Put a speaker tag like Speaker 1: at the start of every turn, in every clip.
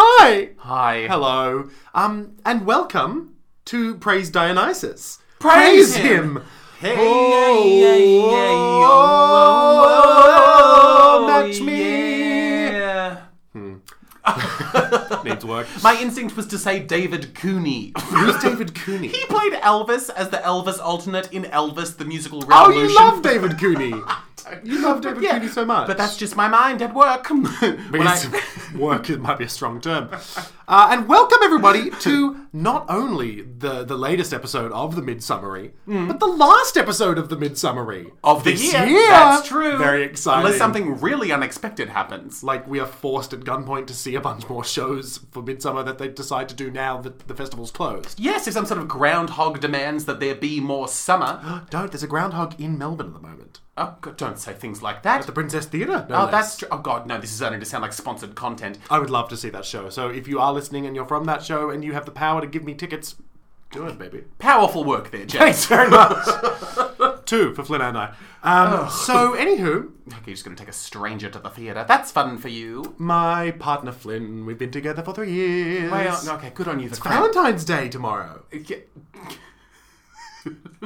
Speaker 1: Hi.
Speaker 2: Hi.
Speaker 1: Hello. Um, and welcome to Praise Dionysus.
Speaker 2: Praise him.
Speaker 1: Hey,
Speaker 2: Oh, yeah, yeah, oh, oh, oh,
Speaker 1: match me.
Speaker 2: yeah.
Speaker 1: Needs work.
Speaker 2: My instinct was to say David Cooney.
Speaker 1: Who's David Cooney?
Speaker 2: he played Elvis as the Elvis alternate in Elvis the Musical
Speaker 1: oh,
Speaker 2: Revolution.
Speaker 1: you love David Cooney. You love David Cooney so much.
Speaker 2: But that's just my mind at work. When I-
Speaker 1: It's- work it might be a strong term. Uh, and welcome everybody to not only the the latest episode of the Midsummery, but the last episode of the Midsummery
Speaker 2: Hmm. of the
Speaker 1: this
Speaker 2: year.
Speaker 1: year.
Speaker 2: That's true.
Speaker 1: Very exciting.
Speaker 2: Unless something really unexpected happens.
Speaker 1: like we are forced at gunpoint to see a bunch more shows for Midsummer that they decide to do now that the festival's closed.
Speaker 2: Yes, if some sort of groundhog demands that there be more summer.
Speaker 1: Don't. There's a groundhog in Melbourne at the moment.
Speaker 2: Oh, God, don't say things like that.
Speaker 1: The Princess Theatre. No
Speaker 2: Oh,
Speaker 1: less.
Speaker 2: that's tr- oh god, no! This is starting to sound like sponsored content.
Speaker 1: I would love to see that show. So if you are listening and you're from that show and you have the power to give me tickets, do it, baby.
Speaker 2: Powerful work there, Jack.
Speaker 1: Thanks very much. Two for Flynn and I.
Speaker 2: Oh.
Speaker 1: Um, so, anywho,
Speaker 2: Okay, you're just going to take a stranger to the theatre. That's fun for you.
Speaker 1: my partner Flynn, we've been together for three years.
Speaker 2: Well, okay, good on you. The crowd.
Speaker 1: Valentine's Day tomorrow.
Speaker 2: Yeah.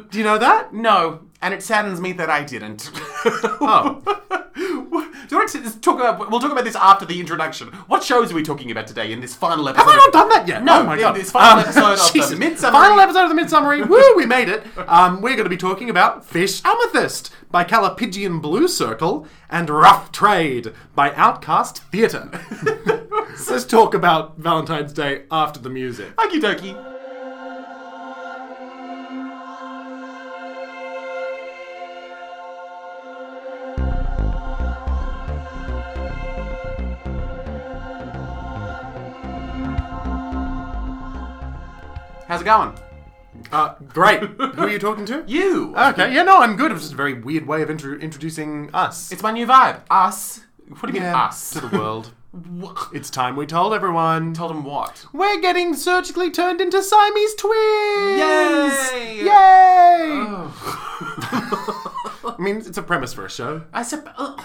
Speaker 1: Do you know that?
Speaker 2: No, and it saddens me that I didn't.
Speaker 1: Oh.
Speaker 2: Do you want to just talk about? We'll talk about this after the introduction. What shows are we talking about today in this final episode?
Speaker 1: Have I not done that yet?
Speaker 2: No,
Speaker 1: oh my
Speaker 2: in
Speaker 1: god.
Speaker 2: this final episode of the Midsummery.
Speaker 1: Final episode of the Midsummery. Woo, we made it. Um, we're going to be talking about Fish Amethyst by Calipigian Blue Circle and Rough Trade by Outcast Theatre. Let's talk about Valentine's Day after the music.
Speaker 2: Okie dokie. How's it going?
Speaker 1: Uh, great. Who are you talking to?
Speaker 2: You.
Speaker 1: Okay, yeah, no, I'm good. It was just a very weird way of intro- introducing us.
Speaker 2: It's my new vibe. Us. What do you mean
Speaker 1: Yeah,
Speaker 2: us?
Speaker 1: to the world.
Speaker 2: Wha-
Speaker 1: it's time we told everyone.
Speaker 2: Told him what?
Speaker 1: We're getting surgically turned into Siamese twins!
Speaker 2: Yay! Oh.
Speaker 1: Yay! I mean, it's a premise for a show.
Speaker 2: I sup- uh,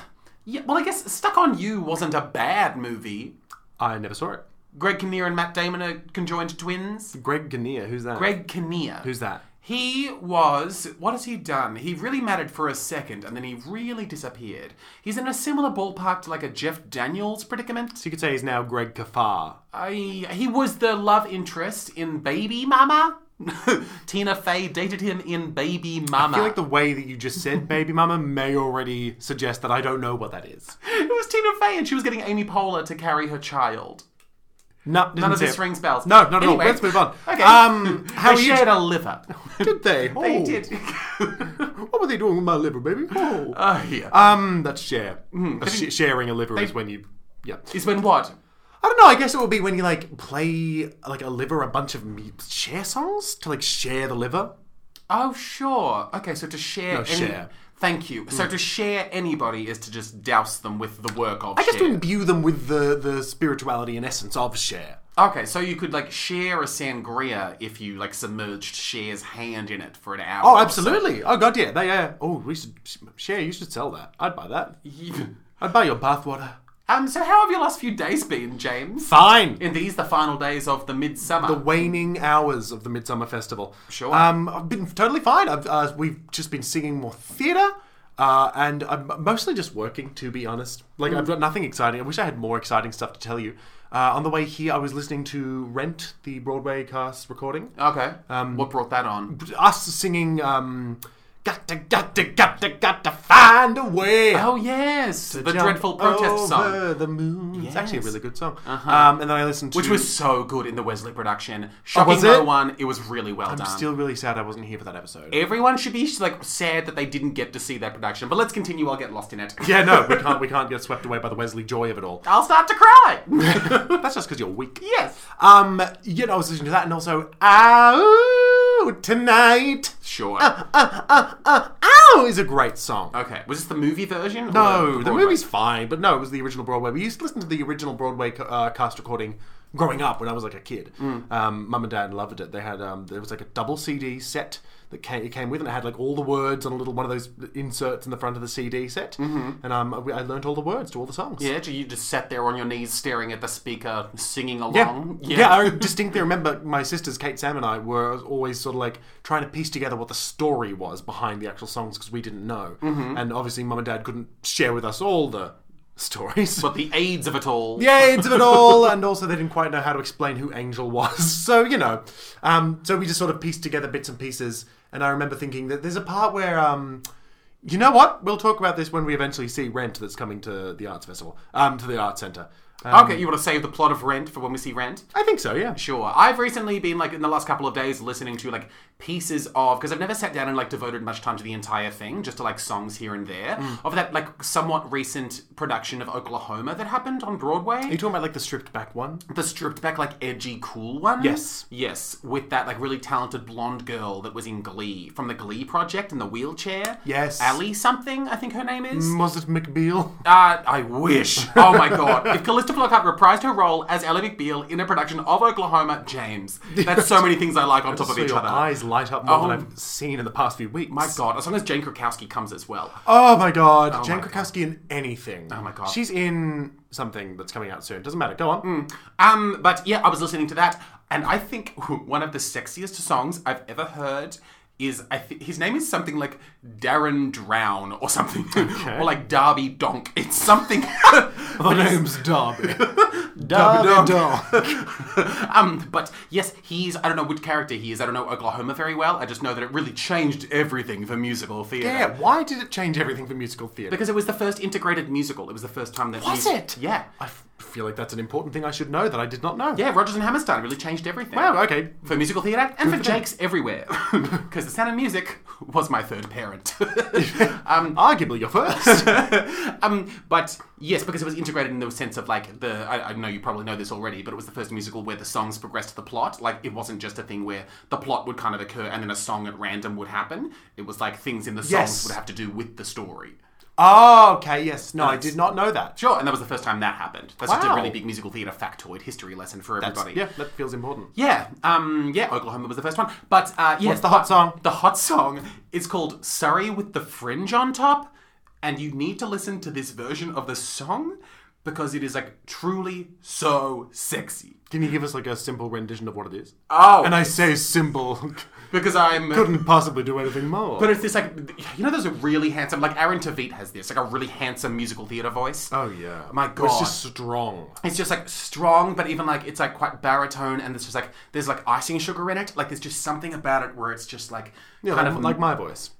Speaker 2: yeah, well, I guess Stuck on You wasn't a bad movie.
Speaker 1: I never saw it.
Speaker 2: Greg Kinnear and Matt Damon are conjoined twins.
Speaker 1: Greg Kinnear, who's that?
Speaker 2: Greg Kinnear.
Speaker 1: Who's that?
Speaker 2: He was. What has he done? He really mattered for a second and then he really disappeared. He's in a similar ballpark to like a Jeff Daniels predicament.
Speaker 1: So you could say he's now Greg Kafar.
Speaker 2: I, he was the love interest in Baby Mama. Tina Fey dated him in Baby Mama.
Speaker 1: I feel like the way that you just said Baby Mama may already suggest that I don't know what that is.
Speaker 2: It was Tina Fey and she was getting Amy Poehler to carry her child.
Speaker 1: No, didn't
Speaker 2: None of
Speaker 1: see
Speaker 2: this
Speaker 1: it.
Speaker 2: rings bells.
Speaker 1: No, not
Speaker 2: Anyway.
Speaker 1: at all. Let's move on.
Speaker 2: Okay.
Speaker 1: Um, how
Speaker 2: they
Speaker 1: are you?
Speaker 2: shared a liver.
Speaker 1: Did they?
Speaker 2: They
Speaker 1: Oh.
Speaker 2: did.
Speaker 1: What were they doing with my liver, baby? Oh.
Speaker 2: oh, yeah.
Speaker 1: um, that's share. A sh- sharing a liver is when you. Yeah.
Speaker 2: it's been what?
Speaker 1: I don't know. I guess it would be when you like play like a liver a bunch of me- share songs to like share the liver.
Speaker 2: Oh, sure. Okay, so to share. any-
Speaker 1: share. Mm.
Speaker 2: Thank you. So to share anybody is to just douse them with the work of
Speaker 1: I guess to
Speaker 2: share.
Speaker 1: imbue them with the the spirituality and essence of share.
Speaker 2: Okay, so you could like share a sangria if you like submerged Cher's hand in it for an hour.
Speaker 1: Oh,
Speaker 2: or
Speaker 1: absolutely. Oh god, yeah. They yeah. Oh, we should share. You should sell that. I'd buy that.
Speaker 2: so.
Speaker 1: I'd buy your bathwater.
Speaker 2: um, so how have your last few days been, James?
Speaker 1: Fine.
Speaker 2: In these, the final days of the midsummer.
Speaker 1: the waning hours of the Midsummer Festival.
Speaker 2: Sure.
Speaker 1: Um, I've been totally fine. I've, uh, we've just been singing more theatre, uh, and I'm mostly just working, to be honest. Like, I've got nothing exciting. I wish I had more exciting stuff to tell you. Uh, on the way here, I was listening to Rent, the Broadway cast recording.
Speaker 2: okay. Um, what brought that on?
Speaker 1: Us singing, um, Gotta, gotta, gotta, gotta find a way.
Speaker 2: Oh yes, the
Speaker 1: Jump
Speaker 2: dreadful protest
Speaker 1: over
Speaker 2: song.
Speaker 1: the moon. It's actually a
Speaker 2: Yes. Uh-huh.
Speaker 1: really good song. Um, and then I listened to. Oh,
Speaker 2: Which was so good in the Wesley production. Shocking
Speaker 1: was
Speaker 2: no
Speaker 1: it?
Speaker 2: one. It was really well
Speaker 1: I'm
Speaker 2: done.
Speaker 1: still really sad I wasn't here for that episode.
Speaker 2: Everyone should be like sad that they didn't get to see that production. But let's continue. I'll get lost in it.
Speaker 1: Yeah, no, we can't. We can't get swept away by the Wesley joy of it all.
Speaker 2: I'll start to cry.
Speaker 1: That's just because you're weak.
Speaker 2: yes.
Speaker 1: Um, you know, I was listening to that, and also, ow tonight,
Speaker 2: Sure.
Speaker 1: uh, uh, uh, ow is a great song.
Speaker 2: okay. Was this the movie version?
Speaker 1: No, the
Speaker 2: movie's.
Speaker 1: movie's fine, but no, it was the original Broadway. We used to listen to the original Broadway ca- uh, cast recording growing up when I was like a kid. Um, Mum and Dad loved it. They had um, there was like a double CD set that came, it came with, and it had like all the words on a little one of those inserts in the front of the CD set. And um, I, I learned all the words to all the songs.
Speaker 2: Yeah, you just sat there on your knees staring at the speaker, singing
Speaker 1: Yeah.
Speaker 2: along.
Speaker 1: Um, yeah, I distinctly remember my sisters, Kate, Sam, and I were always sort of like trying to piece together what the story was behind the actual songs because we didn't know, and obviously mum and dad couldn't share with us all the stories.
Speaker 2: But the aids of it all.
Speaker 1: the AIDS of it all, and also they didn't quite know how to explain who Angel was. So you know, um, so we just sort of pieced together bits and pieces. And I remember thinking that there's a part where, um, you know what? We'll talk about this when we eventually see Rent that's coming to the arts festival, um, to the arts centre. Um,
Speaker 2: Okay, you want to save the plot of Rent for when we see Rent?
Speaker 1: I think so. Yeah.
Speaker 2: Sure. I've recently been like in the last couple of days listening to like pieces of because I've never sat down and like devoted much time to the entire thing, just to like songs here and there
Speaker 1: Mm.
Speaker 2: of that like somewhat recent production of Oklahoma that happened on Broadway.
Speaker 1: Are you talking about like the stripped back one?
Speaker 2: the stripped back like edgy cool one
Speaker 1: Yes.
Speaker 2: yes with that like really talented blonde girl that was in glee from the glee project in the wheelchair
Speaker 1: Yes.
Speaker 2: ali something i think her name is
Speaker 1: Was it McBeal?
Speaker 2: uh, I wish. Oh my god. If Callista Flockhart reprised her role as Ellie McBeal in a production of Oklahoma, James. That's so many things I like on top of
Speaker 1: So
Speaker 2: each
Speaker 1: your
Speaker 2: other.
Speaker 1: eyes light up more
Speaker 2: Oh.
Speaker 1: than I've seen in the past few weeks.
Speaker 2: My god, as long as Jane Krakowski comes as well.
Speaker 1: Oh my god, Jane
Speaker 2: my
Speaker 1: Krakowski in anything. Oh
Speaker 2: my God.
Speaker 1: she's in something that's coming out soon. Doesn't matter. Go on.
Speaker 2: Um, but yeah, I was listening to that, and I think one of the sexiest songs I've ever heard is I th- his name is something like Darren Drown or something, or like Darby Donk. It's something.
Speaker 1: The name's Darby.
Speaker 2: Darby
Speaker 1: Darby.
Speaker 2: um, but yes, he's I don't know which character he is. I don't know Oklahoma very well. I just know that it really changed everything for musical theatre.
Speaker 1: Yeah, why did it change everything for musical theatre?
Speaker 2: Because it was the first integrated musical. It was the first time that
Speaker 1: Was
Speaker 2: mus-
Speaker 1: it?
Speaker 2: Yeah,
Speaker 1: I f- feel like that's an important thing I should know that I did not know.
Speaker 2: yeah. Rogers and Hammerstein really changed everything.
Speaker 1: Wow, okay.
Speaker 2: for musical theatre and for Jake's everywhere, because The Sound of Music was my third parent. um,
Speaker 1: Arguably your first.
Speaker 2: um, but yes, because it was integrated in the sense of like the I, I know you probably know this already, but it was the first musical where the songs progressed to the plot. Like it wasn't just a thing where the plot would kind of occur and then a song at random would happen. It was like things in the songs
Speaker 1: Yes.
Speaker 2: would have to do with the story.
Speaker 1: oh, okay, yes. No, I did not know that.
Speaker 2: Sure, and that was the first time that happened. That's just a
Speaker 1: Wow.
Speaker 2: really big musical theatre factoid history lesson for everybody.
Speaker 1: Yeah, that feels important.
Speaker 2: Yeah, um, yeah, Oklahoma was the first one. But uh, yes,
Speaker 1: What's the hot song?
Speaker 2: The hot song is called Surrey with the Fringe on Top, and you need to listen to this version of the song because it is like truly so sexy.
Speaker 1: Can you give us like a simple rendition of what it is?
Speaker 2: Oh,
Speaker 1: And I say simple,
Speaker 2: because I'm.
Speaker 1: couldn't possibly do anything more.
Speaker 2: But it's this like, you know, there's a really handsome like Aaron Tveit has this like a really handsome musical theatre voice.
Speaker 1: oh yeah,
Speaker 2: My
Speaker 1: it's
Speaker 2: God.
Speaker 1: just strong.
Speaker 2: it's just like strong, but even like it's like quite baritone, and there's just like there's like icing sugar in it. Like there's just something about it where it's just like
Speaker 1: Yeah,
Speaker 2: kind
Speaker 1: like,
Speaker 2: of
Speaker 1: like my voice.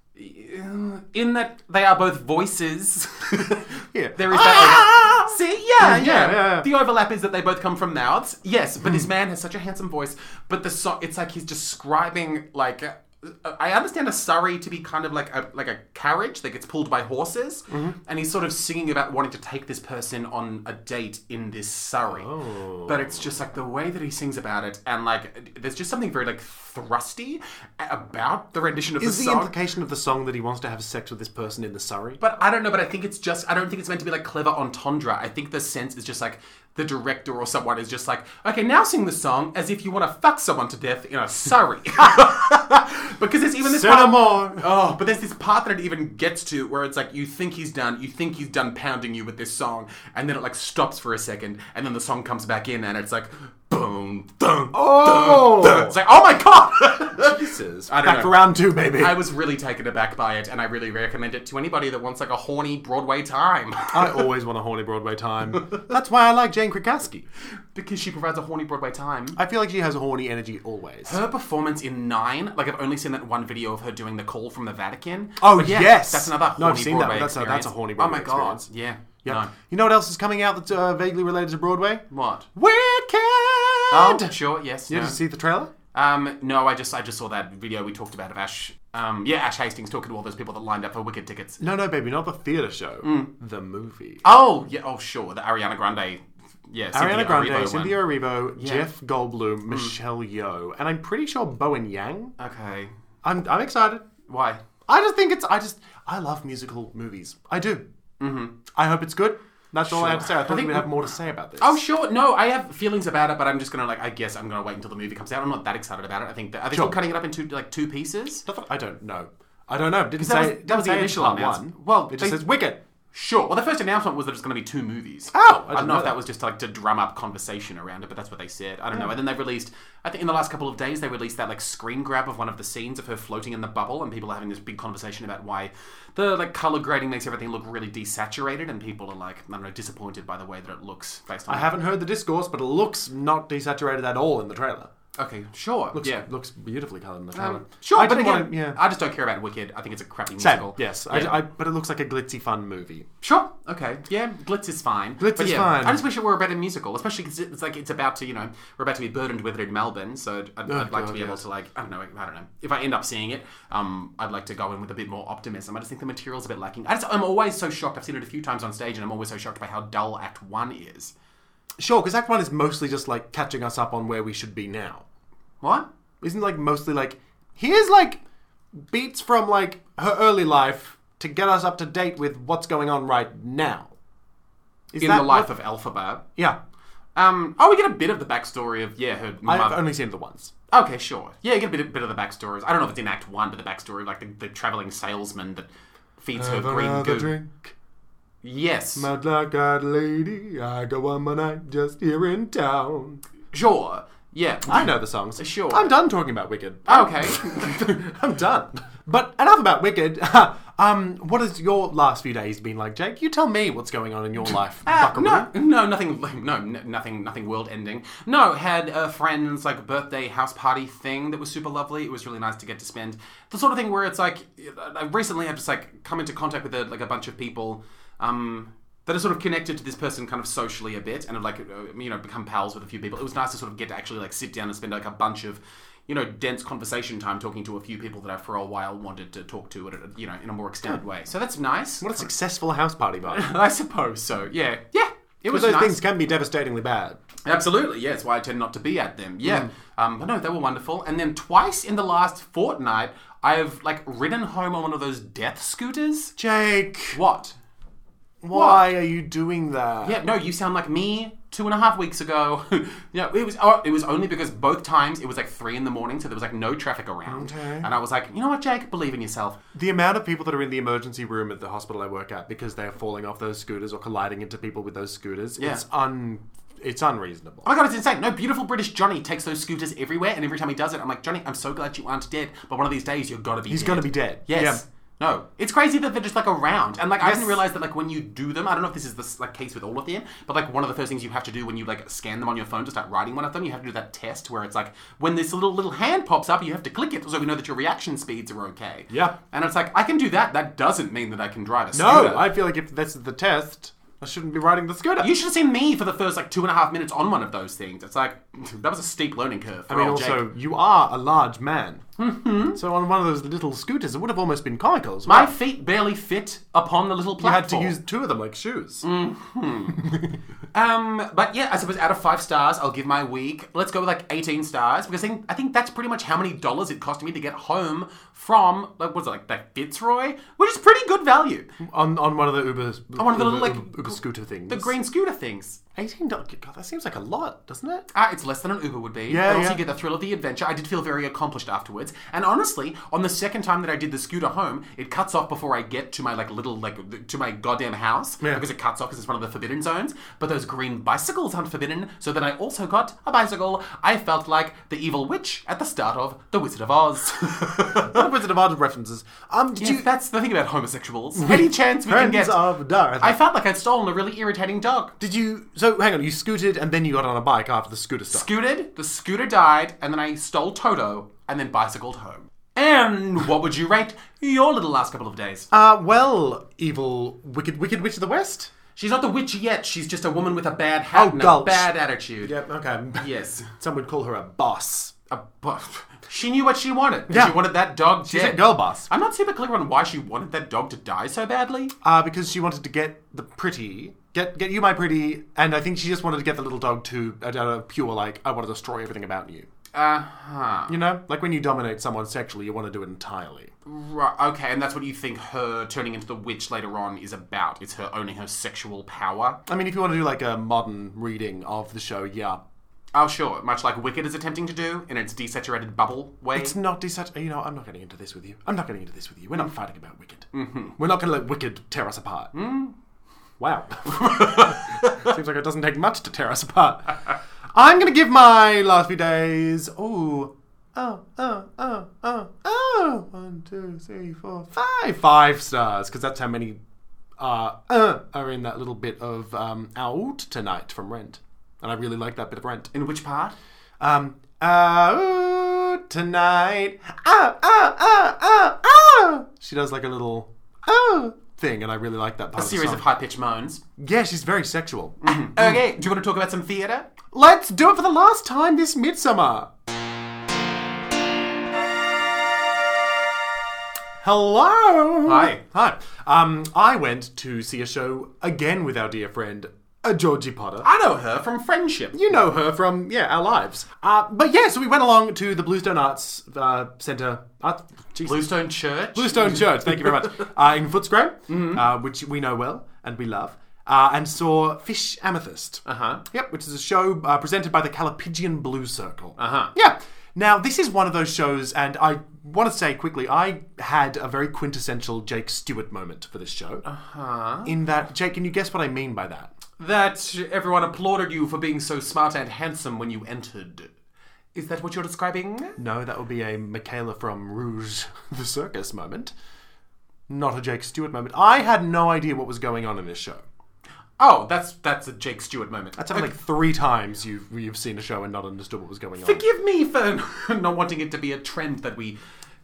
Speaker 2: in that they are both voices.
Speaker 1: Yeah.
Speaker 2: There is
Speaker 1: Ah!
Speaker 2: that. over- See, yeah, yeah,
Speaker 1: yeah, yeah.
Speaker 2: The overlap is that they both come from mouths. Yes, but this man has such a handsome voice. But the song, it's like he's describing like. uh, I understand a surrey to be kind of like a like a carriage that gets pulled by horses,
Speaker 1: Mm-hmm.
Speaker 2: and he's sort of singing about wanting to take this person on a date in this surrey.
Speaker 1: Oh.
Speaker 2: But it's just like the way that he sings about it, and like there's just something very like thrusty about the rendition of
Speaker 1: Is
Speaker 2: the
Speaker 1: the
Speaker 2: song.
Speaker 1: implication of the song that he wants to have sex with this person in the Surrey?
Speaker 2: But I don't know, but I think it's just, I don't think it's meant to be like clever entendre. I think the sense is just like the director or someone is just like, okay, now sing the song as if you want to fuck someone to death in a sorry. because there's even this
Speaker 1: Say no
Speaker 2: part.
Speaker 1: more.
Speaker 2: Oh, but there's this part that it even gets to where it's like you think he's done, you think he's done pounding you with this song, and then it like stops for a second, and then the song comes back in, and it's like boom, boom,
Speaker 1: Oh.
Speaker 2: It's like oh my god,
Speaker 1: Jesus.
Speaker 2: I don't
Speaker 1: Back
Speaker 2: know.
Speaker 1: for round two, maybe.
Speaker 2: I
Speaker 1: I,
Speaker 2: was really taken aback by it, and I really recommend it to anybody that wants like a horny Broadway time
Speaker 1: always want a horny Broadway time. That's why I like Jane Krakowski.
Speaker 2: because she provides a horny Broadway time.
Speaker 1: I feel like she has horny energy always.
Speaker 2: Her performance in Nine, like I've only seen that one video of her doing the call from the Vatican.
Speaker 1: Oh,
Speaker 2: But yeah,
Speaker 1: yes.
Speaker 2: that's another horny
Speaker 1: No, I've seen that,
Speaker 2: Broadway
Speaker 1: but that's a-
Speaker 2: experience.
Speaker 1: that's a horny
Speaker 2: Oh
Speaker 1: Broadway
Speaker 2: my god,
Speaker 1: experience.
Speaker 2: yeah,
Speaker 1: Yeah.
Speaker 2: yeah.
Speaker 1: You know what else is coming out that's uh, vaguely related to Broadway?
Speaker 2: No. What?
Speaker 1: Wicked!
Speaker 2: Oh, sure, yes.
Speaker 1: Did
Speaker 2: no.
Speaker 1: you see the trailer?
Speaker 2: Um, no, I just I just saw that video we talked about of Ash. Um, yeah, Ash Hastings talking to all those people that lined up for Wicked tickets.
Speaker 1: No, no, baby, not the theatre show.
Speaker 2: Mm.
Speaker 1: The movie.
Speaker 2: Oh yeah, oh sure, the Ariana Grande. Yeah, Cynthia
Speaker 1: Ariana Grande,
Speaker 2: Erivo one. Hmm.
Speaker 1: Cynthia Erivo, Jeff Goldblum, Michelle Yeoh, and I'm pretty sure Bowen Yang.
Speaker 2: Okay,
Speaker 1: I'm, I'm excited.
Speaker 2: why?
Speaker 1: I just think it's. I just. I love musical movies. I do. Mm-hmm. I hope it's good. That's all I have to say. I thought
Speaker 2: think
Speaker 1: you would have
Speaker 2: we-
Speaker 1: more to say about this.
Speaker 2: Oh sure, no, I have feelings about it, but I'm just gonna like I guess I'm gonna wait until the movie comes out. I'm not that excited about it. I think that are they
Speaker 1: Sure.
Speaker 2: still cutting it up into like two pieces?
Speaker 1: I thought- I don't know. I don't know. It didn't
Speaker 2: that
Speaker 1: say
Speaker 2: was- that was the
Speaker 1: say it's
Speaker 2: initial
Speaker 1: part
Speaker 2: announcement.
Speaker 1: one.
Speaker 2: Well,
Speaker 1: it
Speaker 2: they-
Speaker 1: just says Wicked.
Speaker 2: Sure. Well, the first announcement was that it's going to be two movies.
Speaker 1: Oh, I
Speaker 2: I,
Speaker 1: didn't
Speaker 2: don't know,
Speaker 1: know
Speaker 2: if that.
Speaker 1: that. Hmm.
Speaker 2: was just like to drum up conversation around it, but that's what they said. I don't know. And then they released, I think in the last couple of days, they released that like screen grab of one of the scenes of her floating in the bubble, and people are having this big conversation about why the like color grading makes everything look really desaturated, and people are like, I don't know, disappointed by the way that it looks based on.
Speaker 1: I haven't heard the discourse, but it looks not desaturated at all in the trailer.
Speaker 2: okay, sure.
Speaker 1: Looks,
Speaker 2: yeah.
Speaker 1: looks beautifully coloured in the trailer.
Speaker 2: Um, sure,
Speaker 1: I
Speaker 2: but
Speaker 1: didn't
Speaker 2: again,
Speaker 1: want to, yeah.
Speaker 2: I just don't care about Wicked. I think it's a crappy
Speaker 1: Same,
Speaker 2: musical.
Speaker 1: yes.
Speaker 2: Yeah.
Speaker 1: I, I, but it looks like a glitzy, fun movie.
Speaker 2: Sure. Okay. Yeah. Glitz is fine.
Speaker 1: Glitz
Speaker 2: But
Speaker 1: is
Speaker 2: yeah,
Speaker 1: fine.
Speaker 2: I just wish it were a better musical, especially because it's like it's about to, you know, we're about to be burdened with it in Melbourne. So I'd, I'd, I'd
Speaker 1: Oh,
Speaker 2: like
Speaker 1: God,
Speaker 2: to be able
Speaker 1: yes.
Speaker 2: to like I don't know. I don't know. If I end up seeing it, um, I'd like to go in with a bit more optimism. I just think the material's a bit lacking. I just I'm always so shocked. I've seen it a few times on stage, and I'm always so shocked by how dull Act One is.
Speaker 1: Sure, because Act One is mostly just like catching us up on where we should be now.
Speaker 2: What?
Speaker 1: Isn't like mostly like here's like beats from like her early life to get us up to date with what's going on right now. Is
Speaker 2: in
Speaker 1: that
Speaker 2: the life
Speaker 1: what-
Speaker 2: of Elphaba.
Speaker 1: yeah,
Speaker 2: Um. Oh, we get a bit of the backstory of yeah her
Speaker 1: I've
Speaker 2: mother.
Speaker 1: only seen the once.
Speaker 2: Okay, sure. Yeah, you get a bit, bit of the backstories. I don't know if it's in Act One, but the backstory, like the, the traveling salesman that feeds her green goo.
Speaker 1: drink,
Speaker 2: Yes,
Speaker 1: mad like a lady. I go on my night just here in town.
Speaker 2: sure. Yeah.
Speaker 1: I know the songs.
Speaker 2: Sure.
Speaker 1: I'm done talking about Wicked.
Speaker 2: Okay.
Speaker 1: I'm done. But enough about Wicked. um, what has your last few days been like, Jake? You tell me what's going on in your life,
Speaker 2: Uh,
Speaker 1: buckaroo.
Speaker 2: no, no, nothing. No, n- nothing. Nothing world-ending. No, had a friend's like birthday house party thing that was super lovely. It was really nice to get to spend the sort of thing where it's like I recently have just like come into contact with a, like a bunch of people um, that are sort of connected to this person kind of socially a bit, and have like uh, you know become pals with a few people. It was nice to sort of get to actually like sit down and spend like a bunch of you know dense conversation time talking to a few people that I for a while wanted to talk to, at a, you know, in a more extended way. So that's nice.
Speaker 1: What a successful house party vibe.
Speaker 2: I suppose so. Yeah, yeah. It was
Speaker 1: Those
Speaker 2: nice.
Speaker 1: things can be devastatingly bad.
Speaker 2: Absolutely, yeah. It's why I tend not to be at them.
Speaker 1: Mm.
Speaker 2: Yeah, um, but no, they were wonderful. And then twice in the last fortnight, I have like ridden home on one of those death scooters.
Speaker 1: Jake,
Speaker 2: What?
Speaker 1: why are you doing that?
Speaker 2: Yeah, no, you sound like me two and a half weeks ago. you know, it was oh, it was only because both times it was like three in the morning, so there was like no traffic around,
Speaker 1: Okay.
Speaker 2: and I was like, you know what, Jake, believe in yourself.
Speaker 1: The amount of people that are in the emergency room at the hospital I work at because they are falling off those scooters or colliding into people with those scooters,
Speaker 2: Yeah.
Speaker 1: it's un it's unreasonable.
Speaker 2: Oh my god, it's insane. No, beautiful British Johnny takes those scooters everywhere, and every time he does it, I'm like, Johnny, I'm so glad you aren't dead, but one of these days you're gotta be
Speaker 1: He's
Speaker 2: dead.
Speaker 1: gonna be dead.
Speaker 2: Yes.
Speaker 1: Yeah.
Speaker 2: No, it's crazy that they're just like around, and like I didn't realize that like when you do them, I don't know if this is this like case with all of them, but like one of the first things you have to do when you like scan them on your phone to start writing one of them, you have to do that test where it's like when this little little hand pops up, you have to click it so we know that your reaction speeds are okay.
Speaker 1: Yeah.
Speaker 2: and it's like I can do that. That doesn't mean that I can drive a scooter.
Speaker 1: No, I feel like if this is the test, I shouldn't be riding the scooter.
Speaker 2: You should have seen me for the first like two and a half minutes on one of those things. It's like that was a steep learning curve. For
Speaker 1: I mean,
Speaker 2: old Jake.
Speaker 1: also, you are a large man. Oh, Mm-hmm. So on one of those little scooters, it would have almost been comical. as well.
Speaker 2: my feet barely fit upon the little
Speaker 1: you had to
Speaker 2: platform.
Speaker 1: use two of them like shoes.
Speaker 2: Um, but yeah, I suppose out of five stars, I'll give my week. Let's go with like eighteen stars because I think, I think that's pretty much how many dollars it cost me to get home from like what's it like that Fitzroy, which is pretty good value.
Speaker 1: On on one of the Ubers,
Speaker 2: one of
Speaker 1: Uber,
Speaker 2: the little, like,
Speaker 1: Uber, Uber scooter things.
Speaker 2: The green scooter things.
Speaker 1: eighteen dollars. God, that seems like a lot, doesn't it?
Speaker 2: Ah, it's less than an Uber would be.
Speaker 1: Yeah,
Speaker 2: but also
Speaker 1: yeah.
Speaker 2: you get the thrill of the adventure. I did feel very accomplished afterwards. And honestly, on the second time that I did the scooter home, it cuts off before I get to my like little like to my goddamn house
Speaker 1: Yeah.
Speaker 2: because it cuts off because it's one of the forbidden zones. But those green bicycles aren't forbidden, so then I also got a bicycle. I felt like the evil witch at the start of The Wizard of Oz.
Speaker 1: What Wizard of Oz references? Um, did
Speaker 2: Dude,
Speaker 1: you
Speaker 2: that's the thing about homosexuals. Any chance we can
Speaker 1: friends
Speaker 2: get?
Speaker 1: of Darth?
Speaker 2: I felt like I'd stolen a really irritating dog.
Speaker 1: did you? So hang on, you scooted and then you got on a bike after the scooter stuff.
Speaker 2: Scooted, the scooter died, and then I stole Toto and then bicycled home. And what would you rate your little last couple of days?
Speaker 1: Uh, well, evil, wicked, wicked witch of the west.
Speaker 2: She's not the witch yet, she's just a woman with a bad hat
Speaker 1: Oh,
Speaker 2: and
Speaker 1: gulch.
Speaker 2: a bad attitude.
Speaker 1: Yep. Okay.
Speaker 2: Yes.
Speaker 1: Some would call her a boss.
Speaker 2: A buff. She knew what she wanted. and
Speaker 1: Yeah.
Speaker 2: She wanted that dog
Speaker 1: She's
Speaker 2: dead.
Speaker 1: a girl boss.
Speaker 2: I'm not super clear on why she wanted that dog to die so badly.
Speaker 1: Uh, because she wanted to get the pretty, get get you my pretty, and I think she just wanted to get the little dog to a, a pure like I want to destroy everything about you.
Speaker 2: Uh huh.
Speaker 1: You know, like when you dominate someone sexually, you want to do it entirely.
Speaker 2: Right. Okay, and that's what you think her turning into the witch later on is about. It's her owning her sexual power.
Speaker 1: I mean, if you want to do like a modern reading of the show, yeah,
Speaker 2: Oh, sure. Much like Wicked is attempting to do in its desaturated bubble way.
Speaker 1: it's not desat. You know, I'm not getting into this with you. I'm not getting into this with you. We're not fighting about Wicked. Mm-hmm. We're not going to let Wicked tear us apart. Wow. Seems like it doesn't take much to tear us apart. I'm going to give my last few days. Ooh. Oh, oh, oh, oh, oh. One, two, three, four, five. Five stars, because that's how many uh, uh, are in that little bit of um, out tonight from Rent. And I really like that bit of Rent.
Speaker 2: in which part?
Speaker 1: Um, oh, tonight. Oh, oh, oh, oh, oh. She does like a little oh thing, and I really like that part.
Speaker 2: A series Mm-hmm.
Speaker 1: the
Speaker 2: of
Speaker 1: song.
Speaker 2: high pitched moans.
Speaker 1: Yeah, she's very sexual.
Speaker 2: Okay, do you want to talk about some theatre?
Speaker 1: Let's do it for the last time this midsummer. Hello.
Speaker 2: Hi.
Speaker 1: Hi. Um, I went to see a show again with our dear friend, uh, Georgie Potter.
Speaker 2: I know her from Friendship.
Speaker 1: You know her from yeah our lives. Uh, but yeah, so we went along to the Bluestone Arts uh, Centre. Art, Jesus.
Speaker 2: Bluestone Church.
Speaker 1: Bluestone Church. Thank you very much. Uh, in Footscray, uh, which we know well and we love, uh, and saw Fish Amethyst.
Speaker 2: Uh huh.
Speaker 1: Yep, which is a show uh, presented by the Calipigian Blue Circle.
Speaker 2: Uh-huh.
Speaker 1: Yeah. Now, this is one of those shows, and I want to say quickly, I had a very quintessential Jake Stewart moment for this show. Uh-huh. In that, Jake, can you guess what I mean by that?
Speaker 2: That everyone applauded you for being so smart and handsome when you entered. Is that what you're describing?
Speaker 1: No, that would be a Michaela from Rouge the Circus moment, not a Jake Stewart moment. I had no idea what was going on in this show.
Speaker 2: Oh, that's that's a Jake Stewart moment.
Speaker 1: That's happened like three times you've, you've seen a show and not understood what was going on.
Speaker 2: Forgive me for not wanting it to be a trend that we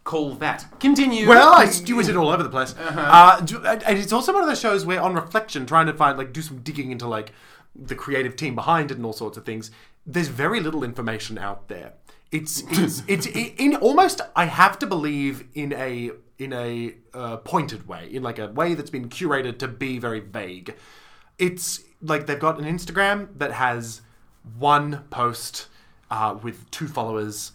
Speaker 2: call that. Continue.
Speaker 1: Well, I stewarded all over the place. Uh, do- and and it's also one of those shows where, on reflection, trying to find, like, do some digging into, like, the creative team behind it and all sorts of things, there's very little information out there. It's, it's, it's i- in almost, I have to believe, in a, in a uh, pointed way, in like a way that's been curated to be very vague. It's like they've got an Instagram that has one post uh, with two followers,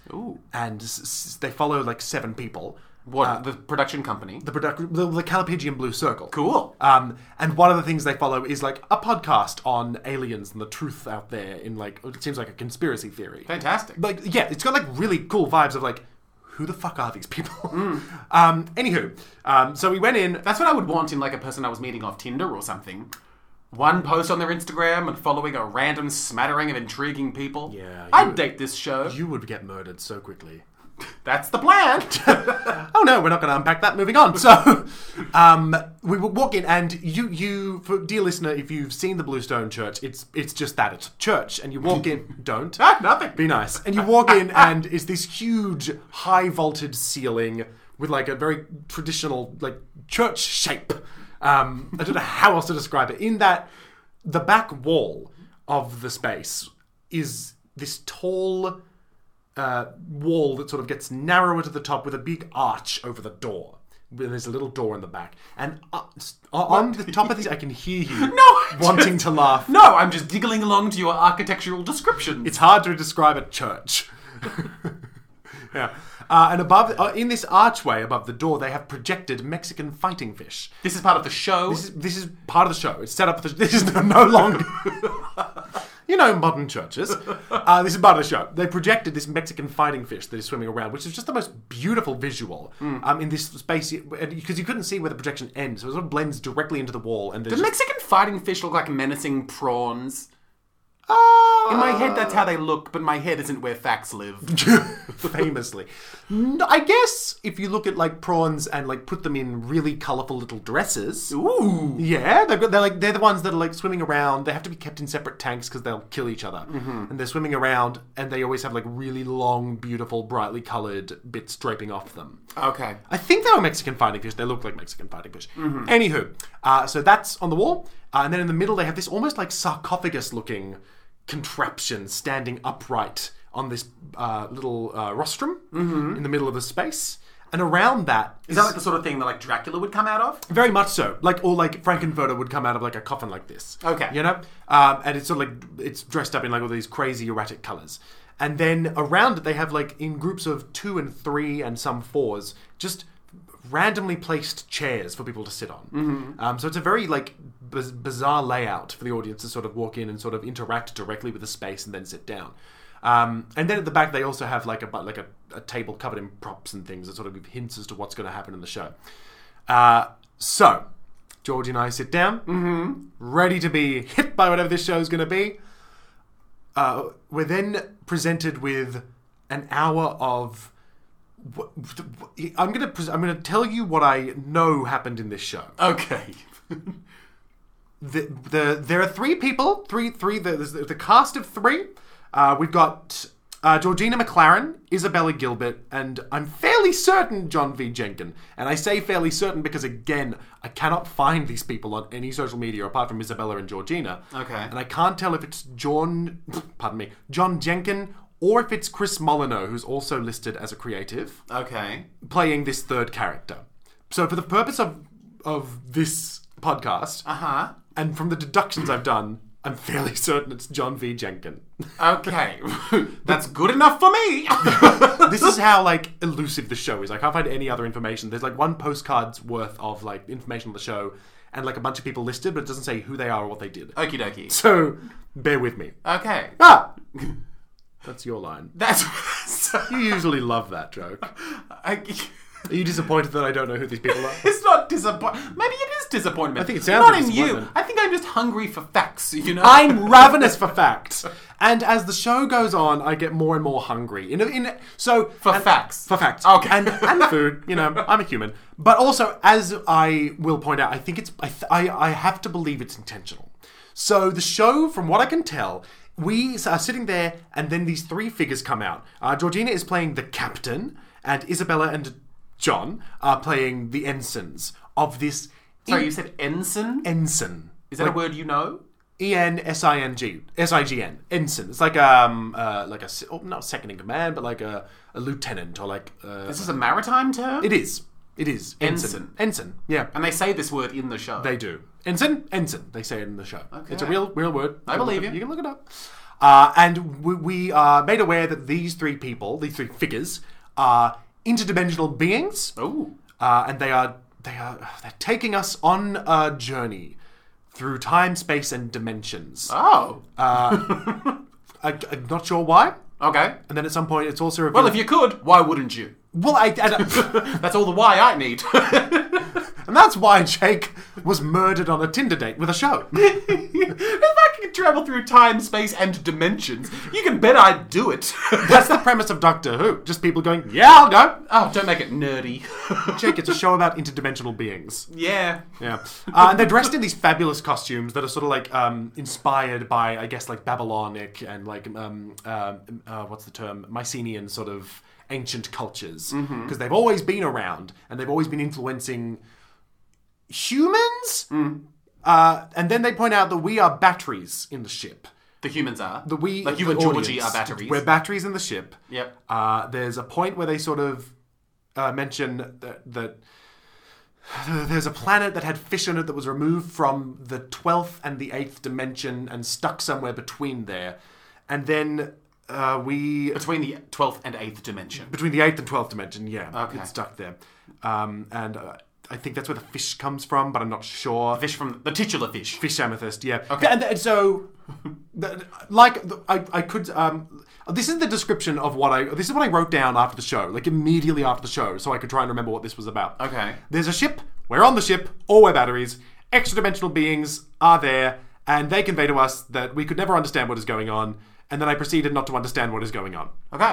Speaker 1: and s- s- they follow like seven people
Speaker 2: what the production company?
Speaker 1: the product, the, the Calipigian Blue Circle.
Speaker 2: cool.
Speaker 1: Um, and one of the things they follow is like a podcast on aliens and the truth out there in like it seems like a conspiracy theory.
Speaker 2: Fantastic.
Speaker 1: Like yeah, it's got like really cool vibes of like who the fuck are these people? Um, anywho, um, so we went in.
Speaker 2: That's what I would want in like a person I was meeting off Tinder or something. One post on their Instagram and following a random smattering of intriguing people.
Speaker 1: Yeah, you-
Speaker 2: I'd date this show.
Speaker 1: You would get murdered so quickly.
Speaker 2: That's the plan.
Speaker 1: oh no, we're not going to unpack that. Moving on. So, um, we will walk in, and you, you, for dear listener, if you've seen the Bluestone Church, it's it's just that it's a church, and you walk in. Don't
Speaker 2: Ah, Nothing.
Speaker 1: be nice, and you walk in, and it's this huge, high vaulted ceiling with like a very traditional like church shape. Um, I don't know how else to describe it. In that, the back wall of the space is this tall uh, wall that sort of gets narrower to the top with a big arch over the door. And There's a little door in the back, and uh, s- on the top of this, I can hear you
Speaker 2: I
Speaker 1: wanting to laugh.
Speaker 2: No, I'm just giggling along to your architectural description.
Speaker 1: It's hard to describe a church. yeah. Uh, and above, uh, in this archway above the door, they have projected Mexican fighting fish.
Speaker 2: this is part of the show.
Speaker 1: This is, this is part of the show. It's set up. For the, this is no longer. you know, modern churches. Uh, this is part of the show. They projected this Mexican fighting fish that is swimming around, which is just the most beautiful visual um, in this space because you couldn't see where the projection ends, so it sort of blends directly into the wall. And there's
Speaker 2: Does Mexican fighting fish look like menacing prawns?
Speaker 1: Ah!
Speaker 2: In my head, that's how they look, but my head isn't where facts live.
Speaker 1: famously. No, I guess if you look at like prawns and like put them in really colorful little dresses.
Speaker 2: Ooh.
Speaker 1: Yeah, they've got, they're like they're the ones that are like swimming around. They have to be kept in separate tanks because they'll kill each other. And they're swimming around, and they always have like really long, beautiful, brightly colored bits draping off them.
Speaker 2: Okay.
Speaker 1: I think they were Mexican fighting fish. They look like Mexican fighting fish. Anywho, uh, so that's on the wall, uh, and then in the middle they have this almost like sarcophagus-looking contraption standing upright on this uh, little uh, rostrum in the middle of the space, and around that
Speaker 2: Is that like the sort of thing that like Dracula would come out of?
Speaker 1: very much so. Like or like Frankenfurter would come out of like a coffin like this.
Speaker 2: Okay.
Speaker 1: You know? Um, and it's sort of like it's dressed up in like all these crazy erratic colours. And then around it they have like in groups of two and three and some fours, just randomly placed chairs for people to sit on. Um, so it's a very like biz- bizarre layout for the audience to sort of walk in and sort of interact directly with the space and then sit down. Um, and then at the back, they also have like a bu- like a, a table covered in props and things that sort of give hints as to what's going to happen in the show. Uh, so Georgie and I sit down, ready to be hit by whatever this show is going to be. Uh, we're then presented with an hour of. wh- wh- I'm gonna pres- I'm gonna tell you what I know happened in this show.
Speaker 2: Okay.
Speaker 1: The, the there are three people, three three the the, the cast of three. Uh, we've got uh, Georgina McLaren, Isabella Gilbert, and I'm fairly certain John V. Jenkin. And I say fairly certain because again, I cannot find these people on any social media apart from Isabella and Georgina.
Speaker 2: Okay.
Speaker 1: And I can't tell if it's John, pardon me, John Jenkin, or if it's Chris Molyneux, who's also listed as a creative,
Speaker 2: Okay.
Speaker 1: playing this third character. So, for the purpose of of this podcast,
Speaker 2: Uh
Speaker 1: and from the deductions I've done, I'm fairly certain it's John V. Jenkin.
Speaker 2: huh. Okay. That's good enough for me.
Speaker 1: this is how like elusive the show is. I can't find any other information. There's like one postcard's worth of like information on the show, and like a bunch of people listed, but it doesn't say who they are or what they did.
Speaker 2: Okie dokie.
Speaker 1: So, bear with me.
Speaker 2: Okay.
Speaker 1: Ah, that's your line.
Speaker 2: That's.
Speaker 1: You usually love that joke.
Speaker 2: I,
Speaker 1: Are you disappointed that I don't know who these people are?
Speaker 2: it's not disappointment. Maybe it is disappointment. I
Speaker 1: think it sounds
Speaker 2: not
Speaker 1: like
Speaker 2: in you.
Speaker 1: disappointment.
Speaker 2: I think I'm just hungry for facts. You know.
Speaker 1: I'm ravenous for facts, and as the show goes on, I get more and more hungry. In, in so
Speaker 2: for facts.
Speaker 1: for facts,
Speaker 2: Okay.
Speaker 1: and and food. You know, I'm a human, but also as I will point out, I think it's I th- I, I have to believe it's intentional. So the show, from what I can tell. We are sitting there, and then these three figures come out. Uh, Georgina is playing the captain, and Isabella and John are playing the ensigns of this
Speaker 2: Sorry, you said ensign.
Speaker 1: ensign.
Speaker 2: Is that a word you know?
Speaker 1: E N S I N G S I G N ensign. It's like um uh, like a se- oh, not second in command, but like a, a lieutenant or like uh,
Speaker 2: This is a maritime term,
Speaker 1: it is it is
Speaker 2: Ensign.
Speaker 1: ensign. Yeah,
Speaker 2: and they say this word in the show.
Speaker 1: they do ensign ensign. They say it in the show. It's a
Speaker 2: Okay.
Speaker 1: real real word.
Speaker 2: I believe you.
Speaker 1: You can look it up. Uh, and we, we are made aware that these three people, these three figures, are interdimensional beings.
Speaker 2: oh,
Speaker 1: uh, and they are they are they're taking us on a journey through time, space, and dimensions.
Speaker 2: oh,
Speaker 1: I, am not sure why.
Speaker 2: okay.
Speaker 1: And then at some point, it's also revealed.
Speaker 2: Well, if you could, why wouldn't you?
Speaker 1: well, I, and,
Speaker 2: That's all the why I need.
Speaker 1: and that's why Jake was murdered on a Tinder date with a show.
Speaker 2: if I could travel through time, space, and dimensions, you can bet I'd do it.
Speaker 1: That's the premise of Doctor Who. Just people going, yeah, I'll go.
Speaker 2: oh, don't make it nerdy.
Speaker 1: Jake, it's a show about interdimensional beings.
Speaker 2: yeah.
Speaker 1: Yeah, uh, and they're dressed in these fabulous costumes that are sort of like um, inspired by, I guess, like Babylonic and like um, um uh, what's the term, Mycenaean sort of ancient cultures because they've always been around and they've always been influencing humans. Uh, and then they point out that we are batteries in the ship.
Speaker 2: The humans are.
Speaker 1: That we,
Speaker 2: Like you
Speaker 1: the
Speaker 2: and Georgie
Speaker 1: audience,
Speaker 2: are batteries.
Speaker 1: We're batteries in the ship.
Speaker 2: Yep.
Speaker 1: Uh, there's a point where they sort of uh, mention that, that there's a planet that had fish on it that was removed from the 12th and the 8th dimension and stuck somewhere between there. And then uh, we.
Speaker 2: Between the 12th and 8th dimension.
Speaker 1: Between the 8th and 12th dimension, yeah.
Speaker 2: Okay.
Speaker 1: It's stuck there. Um, and uh, I think that's where the fish comes from, but I'm not sure.
Speaker 2: Fish from the titular fish.
Speaker 1: Fish amethyst, yeah. Okay. And, and so, th- like, th- I, I could. Um, this is the description of what I. This is what I wrote down after the show, like immediately after the show, so I could try and remember what this was about.
Speaker 2: Okay.
Speaker 1: There's a ship. We're on the ship. All we're batteries. Extra dimensional beings are there, and they convey to us that we could never understand what is going on. And then I proceeded not to understand what is going on.
Speaker 2: Okay.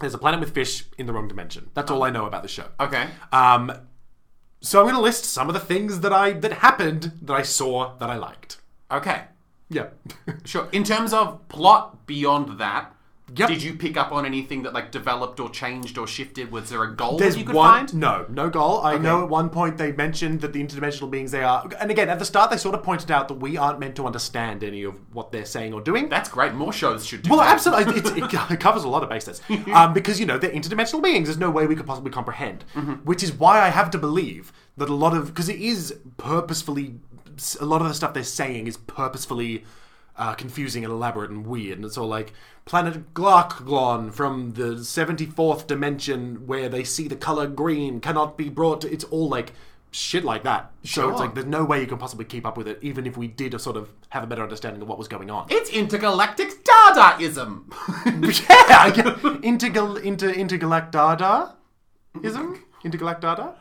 Speaker 1: There's a planet with fish in the wrong dimension. That's all I know about the show.
Speaker 2: Okay.
Speaker 1: Um, so I'm going to list some of the things that I that happened that I saw that I liked.
Speaker 2: Okay.
Speaker 1: Yeah.
Speaker 2: Sure. In terms of plot beyond that,
Speaker 1: Yep.
Speaker 2: did you pick up on anything that like developed or changed or shifted? Was there a goal
Speaker 1: There's
Speaker 2: that you could
Speaker 1: one.
Speaker 2: find?
Speaker 1: No, no goal. I know at one point they mentioned that the interdimensional beings they are, and again at the start they sort of pointed out that we aren't meant to understand any of what they're saying or doing.
Speaker 2: That's great. More shows should do
Speaker 1: well,
Speaker 2: that.
Speaker 1: absolutely, it, it, it covers a lot of bases um, because you know they're interdimensional beings. There's no way we could possibly comprehend,
Speaker 2: Mm-hmm.
Speaker 1: which is why I have to believe that a lot of because it is purposefully a lot of the stuff they're saying is purposefully uh, confusing and elaborate and weird. And it's all like planet Glarklon from the 74th dimension where they see the color green cannot be brought. To, it's all like shit like that. So it's
Speaker 2: Sure.
Speaker 1: like there's no way you can possibly keep up with it, even if we did a sort of have a better understanding of what was going on.
Speaker 2: It's intergalactic Dadaism.
Speaker 1: yeah, intergal inter intergalactada, ism intergalactada.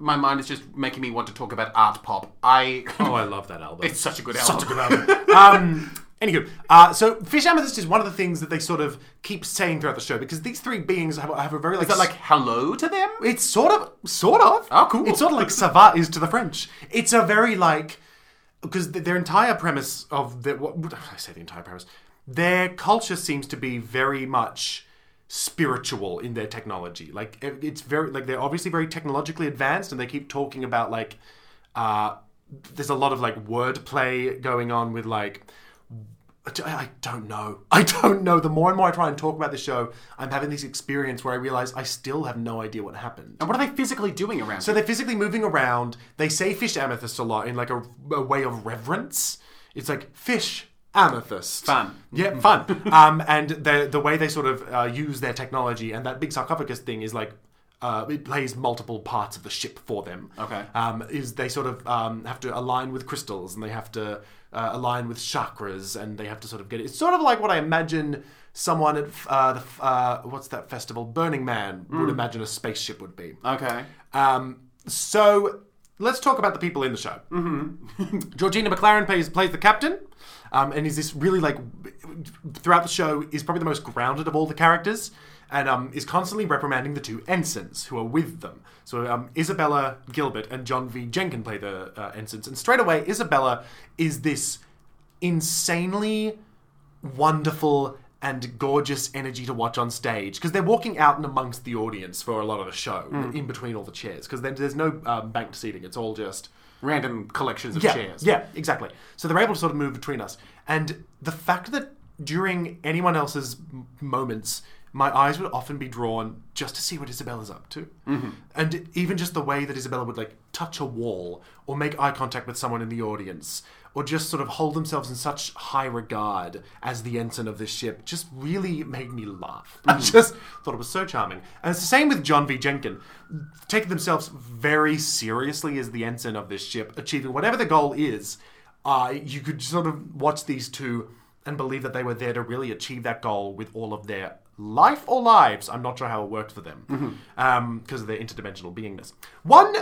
Speaker 2: My mind is just making me want to talk about art pop. I.
Speaker 1: Oh, I love that album.
Speaker 2: it's such a good album.
Speaker 1: um, anywho, uh, so Fish Amethyst is one of the things that they sort of keep saying throughout the show because these three beings have, have a very like,
Speaker 2: Is that like hello to them?
Speaker 1: it's sort of sort of
Speaker 2: Oh, cool.
Speaker 1: It's sort of like Savat is to the French. It's a very like because th- their entire premise of the what what- I say the entire premise, their culture seems to be very much spiritual in their technology. Like it- it's very like they're obviously very technologically advanced, and they keep talking about like uh, there's a lot of like wordplay going on with like. I don't know. I don't know. The more and more I try and talk about the show, I'm having this experience where I realize I still have no idea what happened.
Speaker 2: And what are they physically doing around?
Speaker 1: So they're physically moving around. They say fish amethyst a lot in like a, a way of reverence. It's like fish amethyst.
Speaker 2: Fun. Mm-hmm.
Speaker 1: Yeah, fun. um, and the the way they sort of uh, use their technology and that big sarcophagus thing is like. Uh, it plays multiple parts of the ship for them.
Speaker 2: Okay.
Speaker 1: Um, is they sort of um, have to align with crystals and they have to uh, align with chakras and they have to sort of get it. It's sort of like what I imagine someone at uh, the, f- uh, what's that festival? Burning Man would
Speaker 2: Mm.
Speaker 1: imagine a spaceship would be.
Speaker 2: okay.
Speaker 1: Um, so let's talk about the people in the show. Georgina McLaren plays, plays the captain, um, and is this really like throughout the show is probably the most grounded of all the characters, and um, is constantly reprimanding the two ensigns who are with them. So um, Isabella Gilbert and John V. Jenkin play the uh, ensigns, and straight away Isabella is this insanely wonderful and gorgeous energy to watch on stage because they're walking out and amongst the audience for a lot of the show in between all the chairs because there's no um, banked seating it's all just
Speaker 2: Random collections of
Speaker 1: yeah,
Speaker 2: chairs.
Speaker 1: Yeah, exactly. So they're able to sort of move between us. And the fact that during anyone else's m- moments, my eyes would often be drawn just to see what Isabella's up to.
Speaker 2: Mm-hmm.
Speaker 1: And even just the way that Isabella would like touch a wall or make eye contact with someone in the audience or just sort of hold themselves in such high regard as the ensign of this ship just really made me laugh. I just thought it was so charming. And it's the same with John V. Jenkin. Taking themselves very seriously as the ensign of this ship, achieving whatever the goal is, uh, you could sort of watch these two and believe that they were there to really achieve that goal with all of their life or lives. I'm not sure how it worked for them because of their interdimensional beingness. One